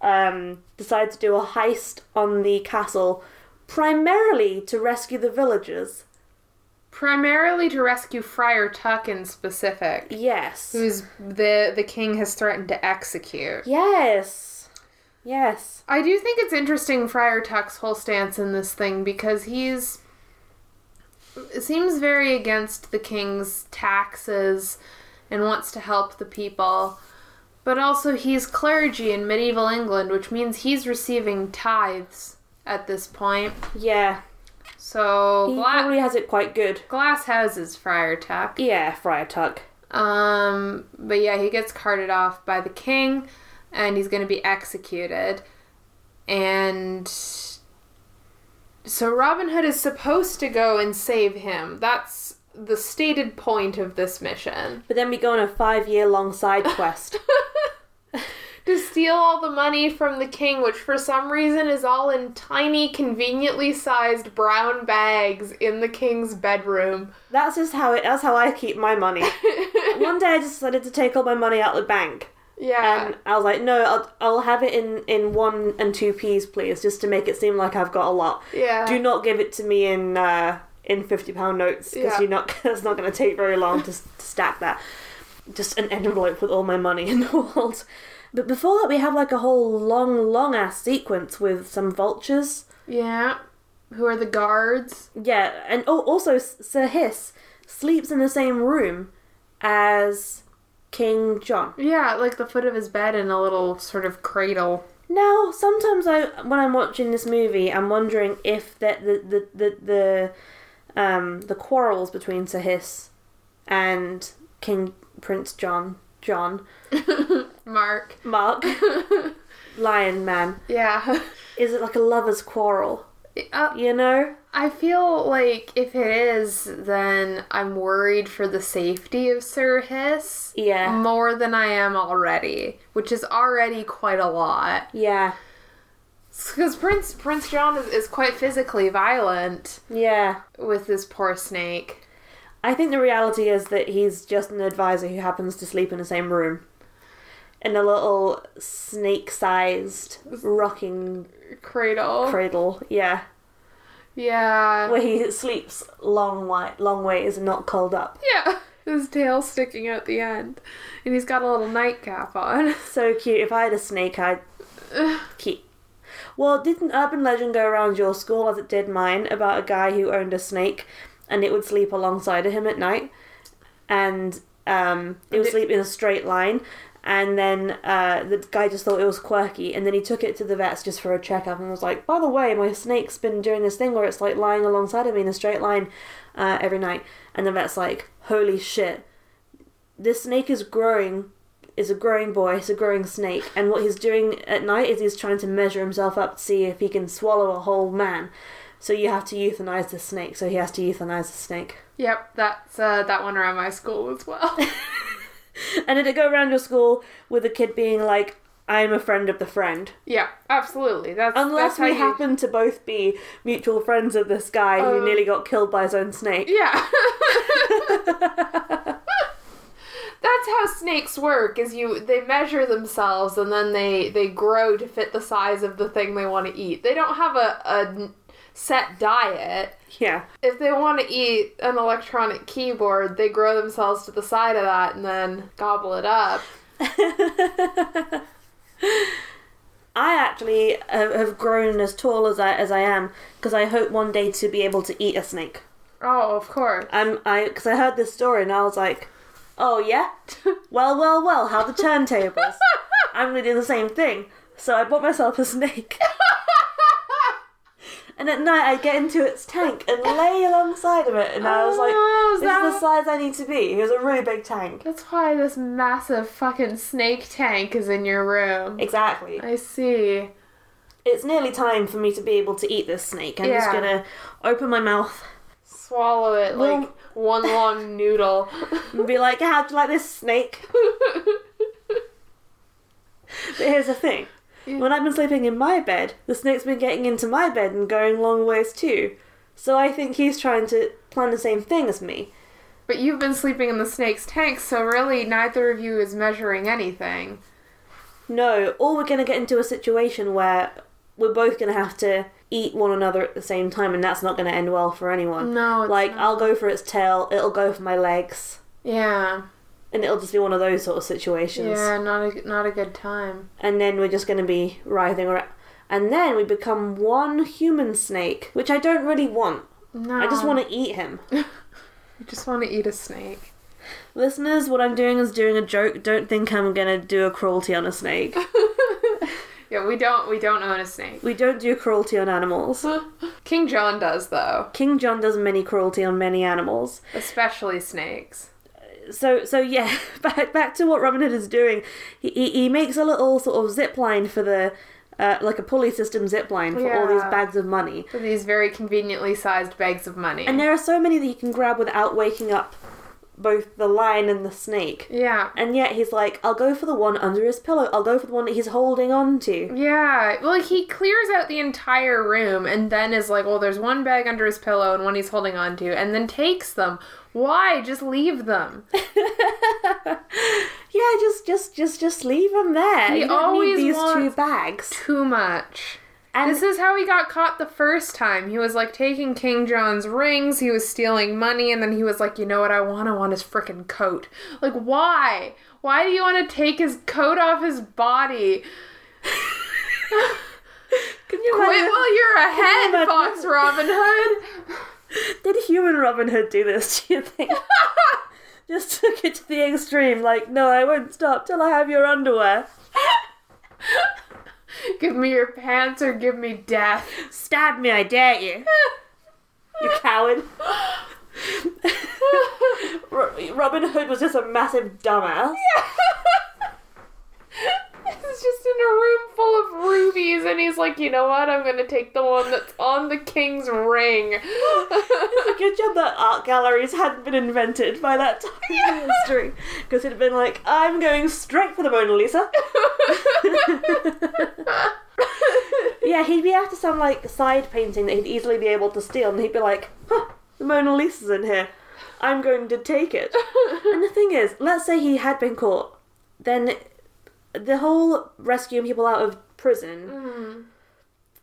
Speaker 3: um, decide to do a heist on the castle, primarily to rescue the villagers.
Speaker 2: Primarily to rescue Friar Tuck in specific.
Speaker 3: Yes.
Speaker 2: who's the the king has threatened to execute.
Speaker 3: Yes. Yes.
Speaker 2: I do think it's interesting Friar Tuck's whole stance in this thing because he's seems very against the king's taxes and wants to help the people. But also he's clergy in medieval England, which means he's receiving tithes at this point.
Speaker 3: Yeah.
Speaker 2: So
Speaker 3: He
Speaker 2: gla-
Speaker 3: probably has it quite good.
Speaker 2: glass houses Friar Tuck.
Speaker 3: Yeah, Friar Tuck.
Speaker 2: Um, but yeah, he gets carted off by the king, and he's going to be executed. And so Robin Hood is supposed to go and save him. That's the stated point of this mission.
Speaker 3: But then we go on a five year long side quest.
Speaker 2: To steal all the money from the king, which for some reason is all in tiny, conveniently sized brown bags in the king's bedroom.
Speaker 3: that's just how it. That's how I keep my money. One day I just decided to take all my money out the bank.
Speaker 2: Yeah.
Speaker 3: And I was like, no, I'll, I'll have it in, in one and two p's, please, just to make it seem like I've got a lot.
Speaker 2: yeah.
Speaker 3: Do not give it to me in uh, in fifty pound notes because
Speaker 2: Yeah.
Speaker 3: you're not. That's not going to take very long to, s- to stack that. Just an envelope with all my money in the world. But before that, we have like a whole long, long ass sequence with some vultures.
Speaker 2: yeah. Who are the guards?
Speaker 3: Yeah, and oh, also S- Sir Hiss sleeps in the same room as King John.
Speaker 2: Yeah, at, like the foot of his bed in a little sort of cradle.
Speaker 3: Now, sometimes I, when I'm watching this movie, I'm wondering if that the the the, the um the quarrels between Sir Hiss and King Prince John John
Speaker 2: Mark.
Speaker 3: Mark Lion Man
Speaker 2: Yeah.
Speaker 3: is it like a lovers' quarrel?
Speaker 2: Uh,
Speaker 3: You know,
Speaker 2: I feel like if it is, then I'm worried for the safety of Sir Hiss.
Speaker 3: Yeah.
Speaker 2: More than I am already, which is already quite a lot.
Speaker 3: yeah,
Speaker 2: Because Prince Prince John is, is quite physically violent
Speaker 3: yeah.
Speaker 2: with this poor snake.
Speaker 3: I think the reality is that he's just an advisor who happens to sleep in the same room. In a little snake sized rocking
Speaker 2: Cradle.
Speaker 3: cradle, yeah.
Speaker 2: yeah.
Speaker 3: Where he sleeps long wi- long ways and not curled up.
Speaker 2: Yeah. His tail sticking out the end. And he's got a little nightcap on.
Speaker 3: So cute. If I had a snake I'd keep Well, didn't urban legend go around your school as it did mine about a guy who owned a snake and it would sleep alongside of him at night? And um, it would
Speaker 2: Did-
Speaker 3: sleep in a straight line. And then uh, the guy just thought it was quirky. And then he took it to the vets just for a checkup and was like, by the way, my snake's been doing this thing where it's like lying alongside of me in a straight line uh, every night. And the vet's like, holy shit, this snake is growing is a growing boy, he's a growing snake, and what he's doing at night is he's trying to measure himself up to see if he can swallow a whole man. So you have to euthanize the snake, so he has to euthanize the snake.
Speaker 2: Yep, that's uh, that one around my school as well.
Speaker 3: And did it go around your school with a kid being like, I'm a friend of the friend?
Speaker 2: yeah, absolutely. That's
Speaker 3: Unless
Speaker 2: that's how
Speaker 3: we
Speaker 2: you-
Speaker 3: happen to both be mutual friends of this guy
Speaker 2: Um,
Speaker 3: who nearly got killed by his own snake.
Speaker 2: Yeah. That's how snakes work is you they measure themselves and then they they grow to fit the size of the thing they want to eat. They don't have a, a n- set diet.
Speaker 3: Yeah.
Speaker 2: If they want to eat an electronic keyboard, they grow themselves to the side of that and then gobble it up.
Speaker 3: I actually have have grown as tall as I, as I am because I hope one day to be able to eat a snake.
Speaker 2: Oh, of course.
Speaker 3: I'm Um, I because I heard this story and I was like, oh yeah, well well well, how the turntables. I'm gonna do the same thing. So I bought myself a snake. And at night, I'd get into its tank and lay alongside of it, and I was like,
Speaker 2: Oh, is
Speaker 3: "This is
Speaker 2: that-
Speaker 3: the size I need to be." It was a really big tank.
Speaker 2: That's why this massive fucking snake tank is in your room.
Speaker 3: Exactly.
Speaker 2: I see.
Speaker 3: It's nearly time for me to be able to eat this snake. I'm just
Speaker 2: Yeah.
Speaker 3: gonna open my mouth
Speaker 2: Swallow it
Speaker 3: Well-
Speaker 2: like one long noodle.
Speaker 3: and be like, "How'd you like this snake?" But here's the thing. When I've been sleeping in my bed, the snake's been getting into my bed and going long ways too. So I think he's trying to plan the same thing as me.
Speaker 2: But you've been sleeping in the snake's tank, so really neither of you is measuring anything.
Speaker 3: No, or we're going to get into a situation where we're both going to have to eat one another at the same time, and that's not going to end well for anyone.
Speaker 2: No, it's
Speaker 3: like,
Speaker 2: not.
Speaker 3: I'll go for its tail, it'll go for my legs,
Speaker 2: Yeah,
Speaker 3: and it'll just be one of those sort of situations.
Speaker 2: yeah, not a not a good time.
Speaker 3: and then we're just going to be writhing around. And then we become one human snake, which I don't really want.
Speaker 2: No,
Speaker 3: I just want to eat him.
Speaker 2: I just want to eat a snake.
Speaker 3: Listeners, what I'm doing is doing a joke. Don't think I'm gonna do a cruelty on a snake.
Speaker 2: Yeah, we don't we don't own a snake.
Speaker 3: we don't do cruelty on animals.
Speaker 2: King John does though,
Speaker 3: King John does many cruelty on many animals.
Speaker 2: especially snakes.
Speaker 3: so so yeah, back back to what Robin Hood is doing. He he, he makes a little sort of zip line for the uh, like a pulley system zip line for all these
Speaker 2: Yeah.
Speaker 3: bags of money.
Speaker 2: For these very conveniently sized bags of money.
Speaker 3: And there are so many that you can grab without waking up both the lion and the snake.
Speaker 2: yeah.
Speaker 3: And yet he's like, I'll go for the one under his pillow. I'll go for the one that he's holding on to.
Speaker 2: Yeah. Well, he clears out the entire room and then is like, well, there's one bag under his pillow and one he's holding on to, and then takes them. Why? Just leave them.
Speaker 3: Yeah, just just just just leave him there.
Speaker 2: He
Speaker 3: you don't
Speaker 2: always
Speaker 3: need these two
Speaker 2: wants-
Speaker 3: bags.
Speaker 2: Too much.
Speaker 3: And
Speaker 2: This is how he got caught the first time. He was like taking King John's rings, he was stealing money, and then he was like, you know what I want? I want his frickin' coat. Like, why? Why do you want to take his coat off his body?
Speaker 3: can you
Speaker 2: Quit
Speaker 3: imagine,
Speaker 2: while you're
Speaker 3: Can you
Speaker 2: ahead,
Speaker 3: imagine-
Speaker 2: Fox Robin Hood.
Speaker 3: did human Robin Hood do this? Do you think? just took it to the extreme. Like, no, I won't stop till I have your underwear.
Speaker 2: Give me your pants or give me death.
Speaker 3: Stab me, I dare you. you coward. Ro- Robin Hood was just a massive dumbass.
Speaker 2: He's just in a room full of rubies, and he's like, you know what? I'm gonna take the one that's on the king's ring.
Speaker 3: Good job that art galleries hadn't been invented by that time in history. Because it'd been like, I'm going straight for the Mona Lisa. yeah, he'd be after some like side painting that he'd easily be able to steal, and he'd be like, huh, the Mona Lisa's in here. I'm going to take it. and the thing is, let's say he had been caught, then the whole rescuing people out of prison
Speaker 2: Mm.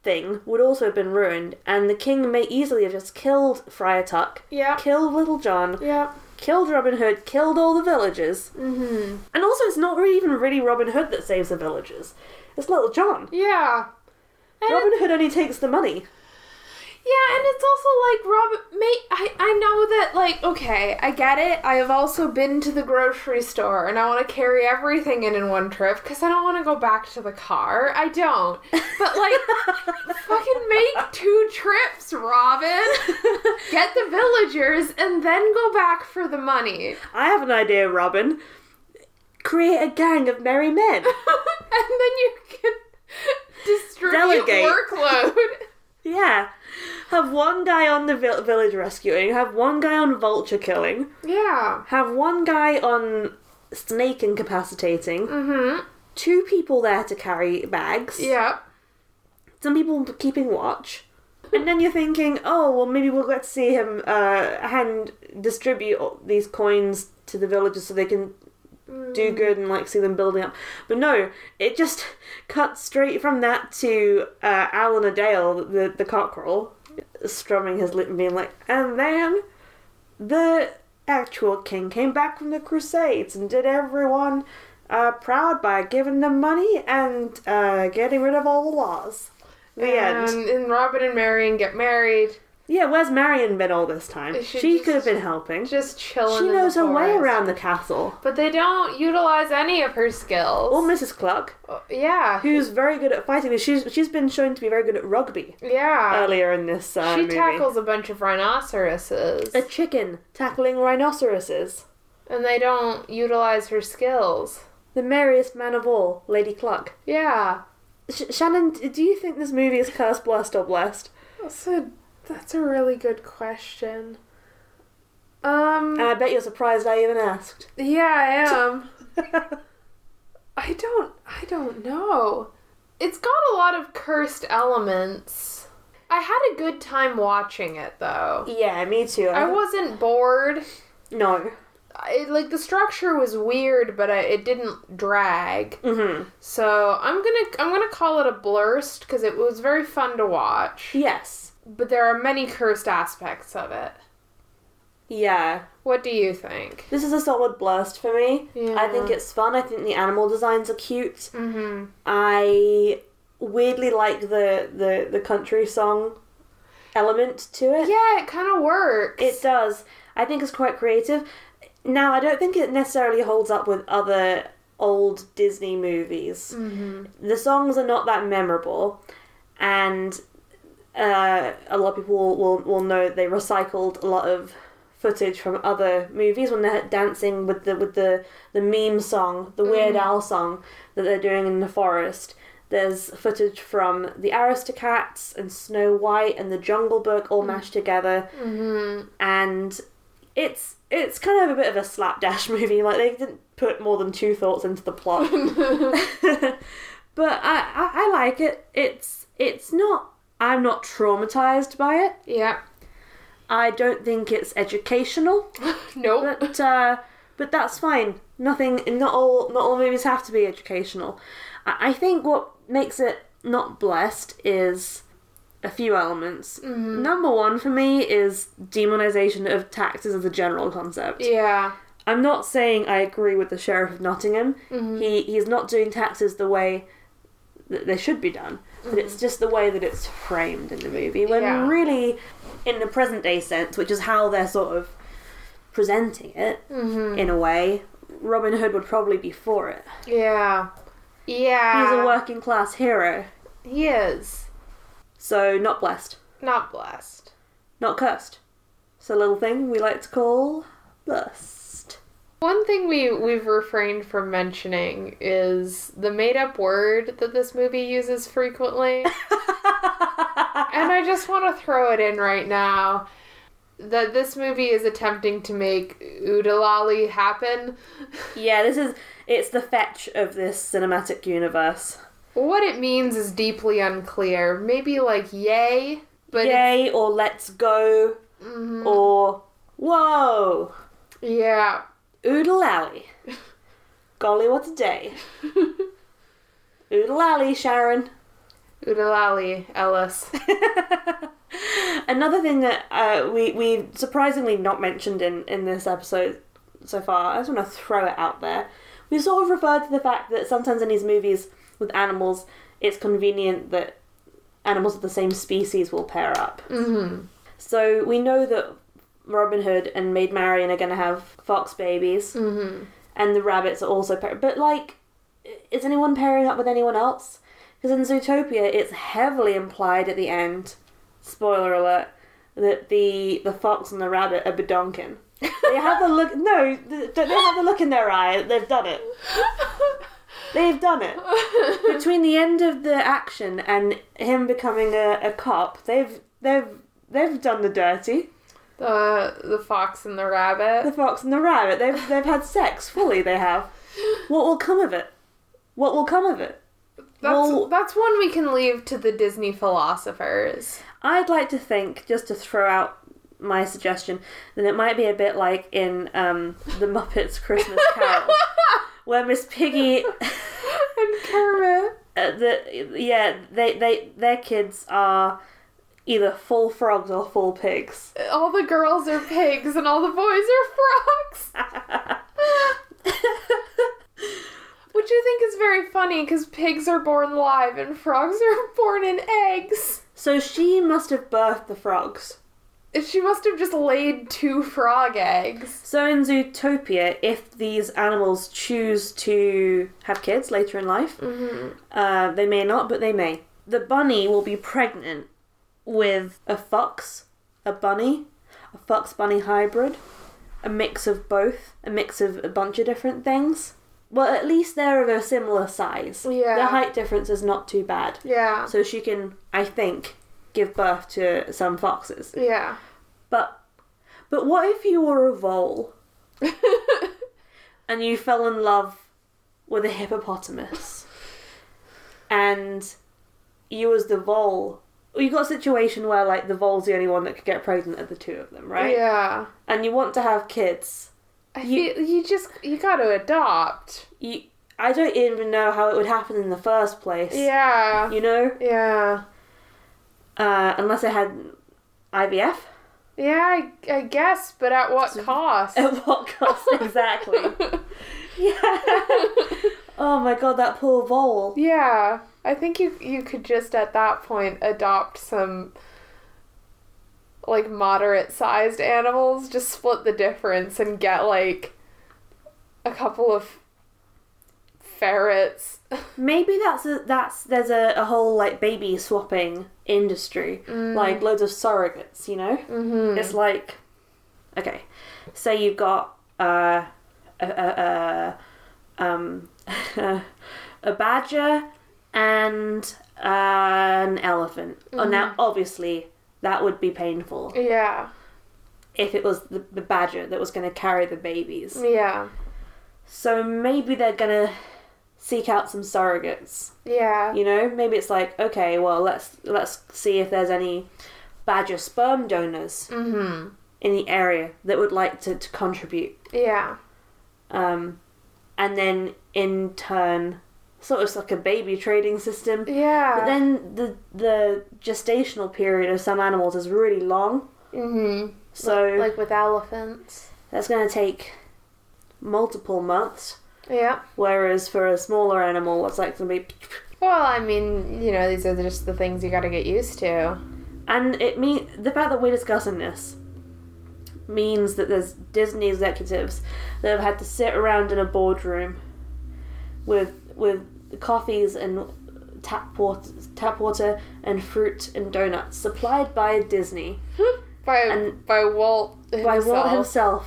Speaker 3: thing would also have been ruined, and the king may easily have just killed Friar Tuck,
Speaker 2: yeah.
Speaker 3: killed Little John,
Speaker 2: Yeah.
Speaker 3: killed Robin Hood, killed all the villagers.
Speaker 2: Mm-hmm.
Speaker 3: And also, it's not really even really Robin Hood that saves the villagers. It's Little John.
Speaker 2: Yeah. And it-
Speaker 3: Robin Hood only takes the money.
Speaker 2: Yeah, and it's also like Robin. May I? I know that like okay, I get it. I have also been to the grocery store, and I want to carry everything in in one trip because I don't want to go back to the car. I don't. But like, fucking make two trips, Robin. Get the villagers, and then go back for the money.
Speaker 3: I have an idea, Robin. Create a gang of merry
Speaker 2: and
Speaker 3: men.
Speaker 2: then you can distribute
Speaker 3: Delegate.
Speaker 2: workload.
Speaker 3: yeah. Have one guy on the vil- village rescuing, have one guy on vulture killing,
Speaker 2: yeah.
Speaker 3: have one guy on snake incapacitating,
Speaker 2: Mhm.
Speaker 3: two people there to carry bags.
Speaker 2: Yeah.
Speaker 3: some people keeping watch. And then you're thinking, oh, well, maybe we'll get to see him uh, hand distribute all these coins to the villagers so they can do good and like see them building up. But no, it just cuts straight from that to uh, Alan Adale, the the cockerel, strumming his lip and being like, and then the actual king came back from the Crusades and did everyone uh, proud by giving them money and uh, getting rid of all the laws. The end.
Speaker 2: And, and Robin and Marion get married.
Speaker 3: Yeah, where's Marion been all this time?
Speaker 2: She
Speaker 3: She,
Speaker 2: just-
Speaker 3: could have been helping.
Speaker 2: just chilling.
Speaker 3: She
Speaker 2: in the
Speaker 3: knows her way
Speaker 2: forest.
Speaker 3: around the castle.
Speaker 2: But they don't utilize any of her skills.
Speaker 3: Or Mrs. Cluck,
Speaker 2: Uh, yeah,
Speaker 3: who's very good at fighting. She's she's been shown to be very good at rugby
Speaker 2: yeah.
Speaker 3: earlier in this uh,
Speaker 2: she
Speaker 3: movie.
Speaker 2: tackles a bunch of rhinoceroses,
Speaker 3: a chicken tackling rhinoceroses.
Speaker 2: and they don't utilize her skills.
Speaker 3: The merriest man of all, Lady Cluck.
Speaker 2: Yeah,
Speaker 3: Sh- Shannon, d- do you think this movie is cursed, blessed, or blessed?
Speaker 2: that's a that's a really good question. Um,
Speaker 3: And I bet you're surprised I even asked.
Speaker 2: yeah, I am. I don't I don't know. It's got a lot of cursed elements. I had a good time watching it though.
Speaker 3: yeah, me too.
Speaker 2: I wasn't bored.
Speaker 3: no.
Speaker 2: it, like the structure was weird, but I, it didn't drag.
Speaker 3: Mm-hmm.
Speaker 2: So I'm gonna I'm gonna call it a blurst because it was very fun to watch.
Speaker 3: Yes.
Speaker 2: But there are many cursed aspects of it.
Speaker 3: Yeah.
Speaker 2: What do you think?
Speaker 3: This is a solid blast for me.
Speaker 2: Yeah.
Speaker 3: I think it's fun. I think the animal designs are cute.
Speaker 2: Mm-hmm.
Speaker 3: I weirdly like the the the country song element to it.
Speaker 2: Yeah, it kind of works.
Speaker 3: It does. I think it's quite creative. Now, I don't think it necessarily holds up with other old Disney movies. The songs are not that memorable, and uh, a lot of people will, will, will know they recycled a lot of footage from other movies when they're dancing with the with the the meme song, the Weird Al song that they're doing in the forest. There's footage from the Aristocats and Snow White and the Jungle Book all mashed together,
Speaker 2: Mm-hmm.
Speaker 3: and it's it's kind of a bit of a slapdash movie. Like they didn't put more than two thoughts into the plot, but I, I I like it. It's it's not. I'm not traumatized by it.
Speaker 2: yeah.
Speaker 3: I don't think it's educational,
Speaker 2: Nope.
Speaker 3: but uh, but that's fine. Nothing. Not all. Not all movies have to be educational. I, I think what makes it not blessed is a few elements. Number one for me is demonization of taxes as a general concept.
Speaker 2: Yeah.
Speaker 3: I'm not saying I agree with the sheriff of Nottingham.
Speaker 2: Mm-hmm.
Speaker 3: He he's not doing taxes the way that they should be done, but it's just the way that it's framed in the movie. When
Speaker 2: Mm-hmm. Yeah.
Speaker 3: really, in the present day sense, which is how they're sort of presenting it
Speaker 2: Mm-hmm.
Speaker 3: in a way, Robin Hood would probably be for it.
Speaker 2: Yeah. Yeah.
Speaker 3: He's a working class hero,
Speaker 2: He is.
Speaker 3: so not blessed,
Speaker 2: Not blessed.
Speaker 3: not cursed. It's a little thing we like to call blessed.
Speaker 2: One thing we, we've refrained from mentioning is the made up word that this movie uses frequently. and I just want to throw it in right now that this movie is attempting to make Oodalali happen.
Speaker 3: Yeah, this is it's the fetch of this cinematic universe.
Speaker 2: What it means is deeply unclear. Maybe like yay, but
Speaker 3: Yay or let's go or whoa.
Speaker 2: yeah.
Speaker 3: Oodle alley. Golly what a day. Oodle alley, Sharon.
Speaker 2: Oodalali Ellis.
Speaker 3: Another thing that uh, we we surprisingly not mentioned in in this episode so far. I just want to throw it out there. We sort of referred to the fact that sometimes in these movies with animals, it's convenient that animals of the same species will pair up. Mm-hmm. So we know that Robin Hood and Maid Marian are going to have fox babies, mm-hmm. and the rabbits are also paired. But like, is anyone pairing up with anyone else? Because in Zootopia, it's heavily implied at the end spoiler alert that the the fox and the rabbit are bedonking. They have the look. No, th- they have the look in their eye. They've done it. They've done it. Between the end of the action and him becoming a, a cop, they've they've they've done the dirty.
Speaker 2: The the fox and the
Speaker 3: The
Speaker 2: rabbit.
Speaker 3: fox and the rabbit. They've they've had sex fully. They have. What will come of it? What will come of it?
Speaker 2: That's
Speaker 3: Well-
Speaker 2: that's one we can leave to the Disney philosophers.
Speaker 3: I'd like to think, just to throw out my suggestion, that it might be a bit like in um, The Muppets Christmas Carol, where Miss Piggy,
Speaker 2: and Kermit.
Speaker 3: uh, the yeah, they, they their kids are either full frogs or full pigs.
Speaker 2: All the girls are pigs and all the boys are frogs. Which I think is very funny because pigs are born live and frogs are born in eggs.
Speaker 3: so she must have birthed the frogs.
Speaker 2: She must have just laid two frog eggs.
Speaker 3: So in Zootopia, if these animals choose to have kids later in life,
Speaker 2: Mm-hmm.
Speaker 3: uh, they may not, but they may. The bunny will be pregnant with a fox, a bunny, a fox bunny hybrid, a mix of both, a mix of a bunch of different things. Well, at least they're of a similar size.
Speaker 2: Yeah.
Speaker 3: The height difference is not too bad.
Speaker 2: Yeah.
Speaker 3: So she can, I think, give birth to some foxes.
Speaker 2: Yeah.
Speaker 3: But but what if you were a vole and you fell in love with a hippopotamus and you as the vole you got a situation where like the vole's the only one that could get pregnant of the two of them, right?
Speaker 2: Yeah.
Speaker 3: And you want to have kids.
Speaker 2: I
Speaker 3: You-
Speaker 2: feel you just you got to adopt.
Speaker 3: You I don't even know how it would happen in the first place.
Speaker 2: Yeah.
Speaker 3: You know?
Speaker 2: Yeah.
Speaker 3: Uh, unless I had IVF.
Speaker 2: Yeah, I, I guess, but at what cost?
Speaker 3: At what cost exactly? yeah. Oh my god, that poor vole.
Speaker 2: Yeah, I think you you could just at that point adopt some like moderate sized animals, just split the difference and get like a couple of ferrets.
Speaker 3: Maybe that's a, that's there's a, a whole like baby swapping industry, like loads of surrogates. You know, it's like Okay, so you've got uh, a, a, a, um, a badger and an elephant. Oh, now obviously that would be painful
Speaker 2: Yeah.
Speaker 3: if it was the, the badger that was going to carry the babies.
Speaker 2: Yeah.
Speaker 3: So maybe they're going to seek out some surrogates.
Speaker 2: Yeah.
Speaker 3: You know, maybe it's like okay, well let's let's see if there's any badger sperm donors
Speaker 2: Mhm.
Speaker 3: in the area that would like to, to contribute.
Speaker 2: Yeah.
Speaker 3: um, and then in turn, sort of like a baby trading system.
Speaker 2: Yeah.
Speaker 3: But then the the gestational period of some animals is really long,
Speaker 2: mhm.
Speaker 3: so
Speaker 2: Like with elephants.
Speaker 3: that's going to take multiple months.
Speaker 2: Yeah.
Speaker 3: Whereas for a smaller animal, it's like going to be,
Speaker 2: Well, I mean, you know, these are just the things you got to get used to.
Speaker 3: and it mean the fact that we're discussing this means that there's Disney executives that have had to sit around in a boardroom with with coffees and tap water, tap water and fruit and donuts supplied by Disney
Speaker 2: By
Speaker 3: And-
Speaker 2: by Walt
Speaker 3: by
Speaker 2: himself.
Speaker 3: Walt himself,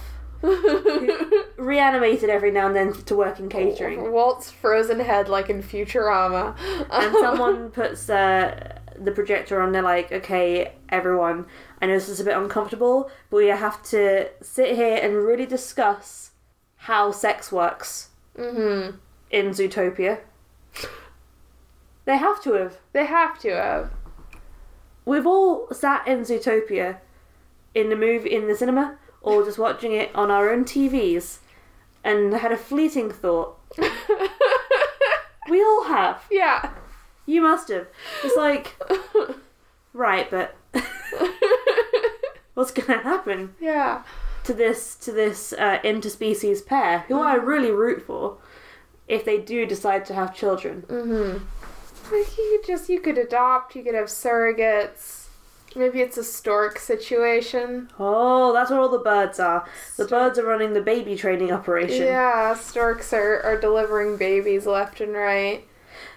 Speaker 3: reanimated every now and then to work in catering.
Speaker 2: Walt's frozen head, like in Futurama.
Speaker 3: And someone puts uh, the projector on. They're like, "Okay, everyone, I know this is a bit uncomfortable, but we have to sit here and really discuss how sex works
Speaker 2: mm-hmm.
Speaker 3: in Zootopia." They have to have.
Speaker 2: They have to have.
Speaker 3: we've all sat in Zootopia in the movie in the cinema or just watching it on our own TVs and had a fleeting thought. We all have.
Speaker 2: yeah.
Speaker 3: You must have. It's like right, but what's gonna happen
Speaker 2: yeah.
Speaker 3: to this to this uh, interspecies pair who I really root for if they do decide to have children?
Speaker 2: Mm-hmm. Like you could just you could adopt. You could have surrogates. Maybe it's a stork situation.
Speaker 3: Oh, that's where all the birds are. The birds are running the baby training operation.
Speaker 2: Yeah, storks are, are delivering babies left and right.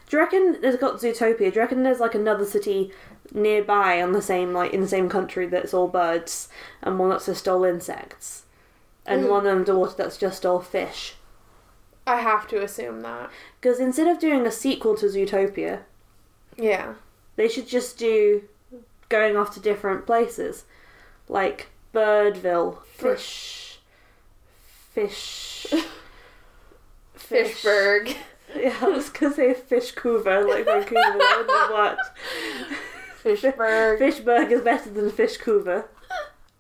Speaker 3: Do you reckon there's got Zootopia? Do you reckon there's like another city nearby on the same like in the same country that's all birds and one that's just all insects, and one underwater that's just all fish?
Speaker 2: I have to assume that.
Speaker 3: Because instead of doing a sequel to Zootopia,
Speaker 2: Yeah.
Speaker 3: they should just do going off to different places, like Birdville, fish, fish,
Speaker 2: Fishberg.
Speaker 3: Yeah, I was gonna say Fishcouver, like Vancouver. that wouldn't have worked.
Speaker 2: Fishberg.
Speaker 3: Fishburg is better than Fishcouver.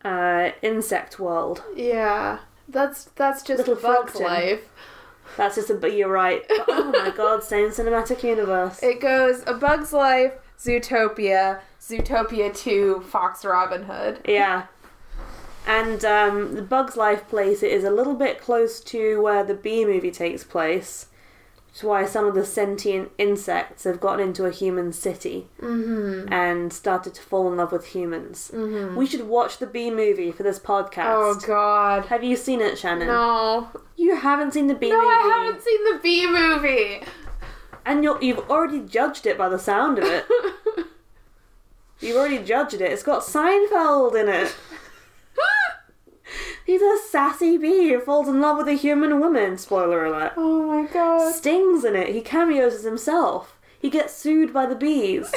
Speaker 3: Uh, insect world.
Speaker 2: Yeah. That's that's just
Speaker 3: Little
Speaker 2: a bug's
Speaker 3: Frogton.
Speaker 2: life.
Speaker 3: That's just a. But you're right. But, oh my god, same cinematic universe.
Speaker 2: It goes A Bug's Life, Zootopia, Zootopia 2, Fox Robin Hood.
Speaker 3: Yeah. And um, the Bugs Life place is a little bit close to where the Bee movie takes place. Which is why some of the sentient insects have gotten into a human city
Speaker 2: Mm-hmm.
Speaker 3: and started to fall in love with humans. We should watch the Bee movie for this
Speaker 2: Oh
Speaker 3: podcast.
Speaker 2: god.
Speaker 3: Have you seen it, Shannon?
Speaker 2: No.
Speaker 3: You haven't seen the Bee
Speaker 2: No,
Speaker 3: movie.
Speaker 2: I haven't seen the Bee movie.
Speaker 3: And you're, you've already judged it by the sound of it. you've already judged it. It's got Seinfeld in it. He's a sassy bee who falls in love with a human woman. Spoiler alert.
Speaker 2: Oh my god.
Speaker 3: Stings in it. He cameos as himself. He gets sued by the bees.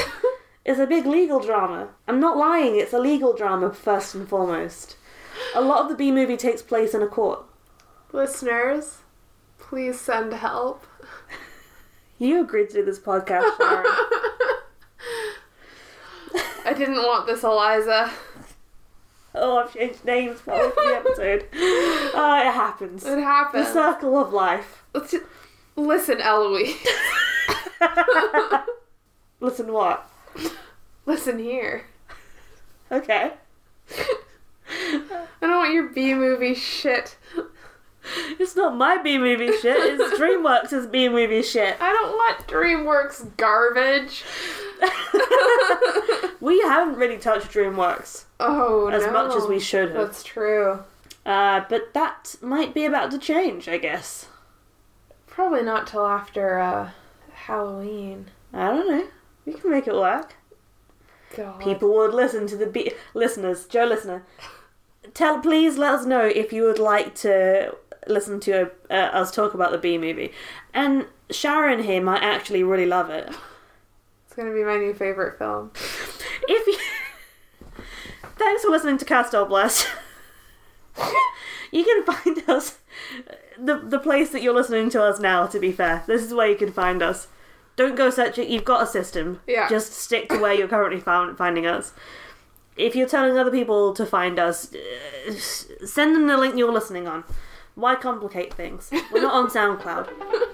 Speaker 3: It's a big legal drama. I'm not lying. It's a legal drama first and foremost. A lot of the bee movie takes place in a court.
Speaker 2: Listeners, please send help.
Speaker 3: You agreed to do this podcast, Sharon.
Speaker 2: I didn't want this, Eliza.
Speaker 3: Oh, I've changed names for the episode. Oh, it happens.
Speaker 2: It
Speaker 3: The
Speaker 2: happened.
Speaker 3: circle of life.
Speaker 2: Let's ju- Listen, Eloise.
Speaker 3: Listen, what?
Speaker 2: Listen here.
Speaker 3: Okay.
Speaker 2: I don't want your B movie shit.
Speaker 3: It's not my B movie shit. It's DreamWorks' B movie shit.
Speaker 2: I don't want DreamWorks garbage.
Speaker 3: We haven't really touched DreamWorks
Speaker 2: Oh,
Speaker 3: as
Speaker 2: no.
Speaker 3: much as we should have.
Speaker 2: That's true.
Speaker 3: Uh, but that might be about to change, I guess.
Speaker 2: Probably not till after uh, Halloween.
Speaker 3: I don't know. We can make it work.
Speaker 2: God.
Speaker 3: People would listen to the B listeners, Joe listener. tell please let us know if you would like to listen to uh, us talk about the B movie. And Sharon here might actually really love it.
Speaker 2: It's gonna be my new favorite film.
Speaker 3: If you Thanks for listening to Cast All Blast. you can find us the the place that you're listening to us now, to be fair. This is where you can find us. Don't go searching you've got a system.
Speaker 2: Yeah.
Speaker 3: Just stick to where you're currently found, finding us. If you're telling other people to find us, uh, s- send them the link you're listening on. Why complicate things? We're not on SoundCloud.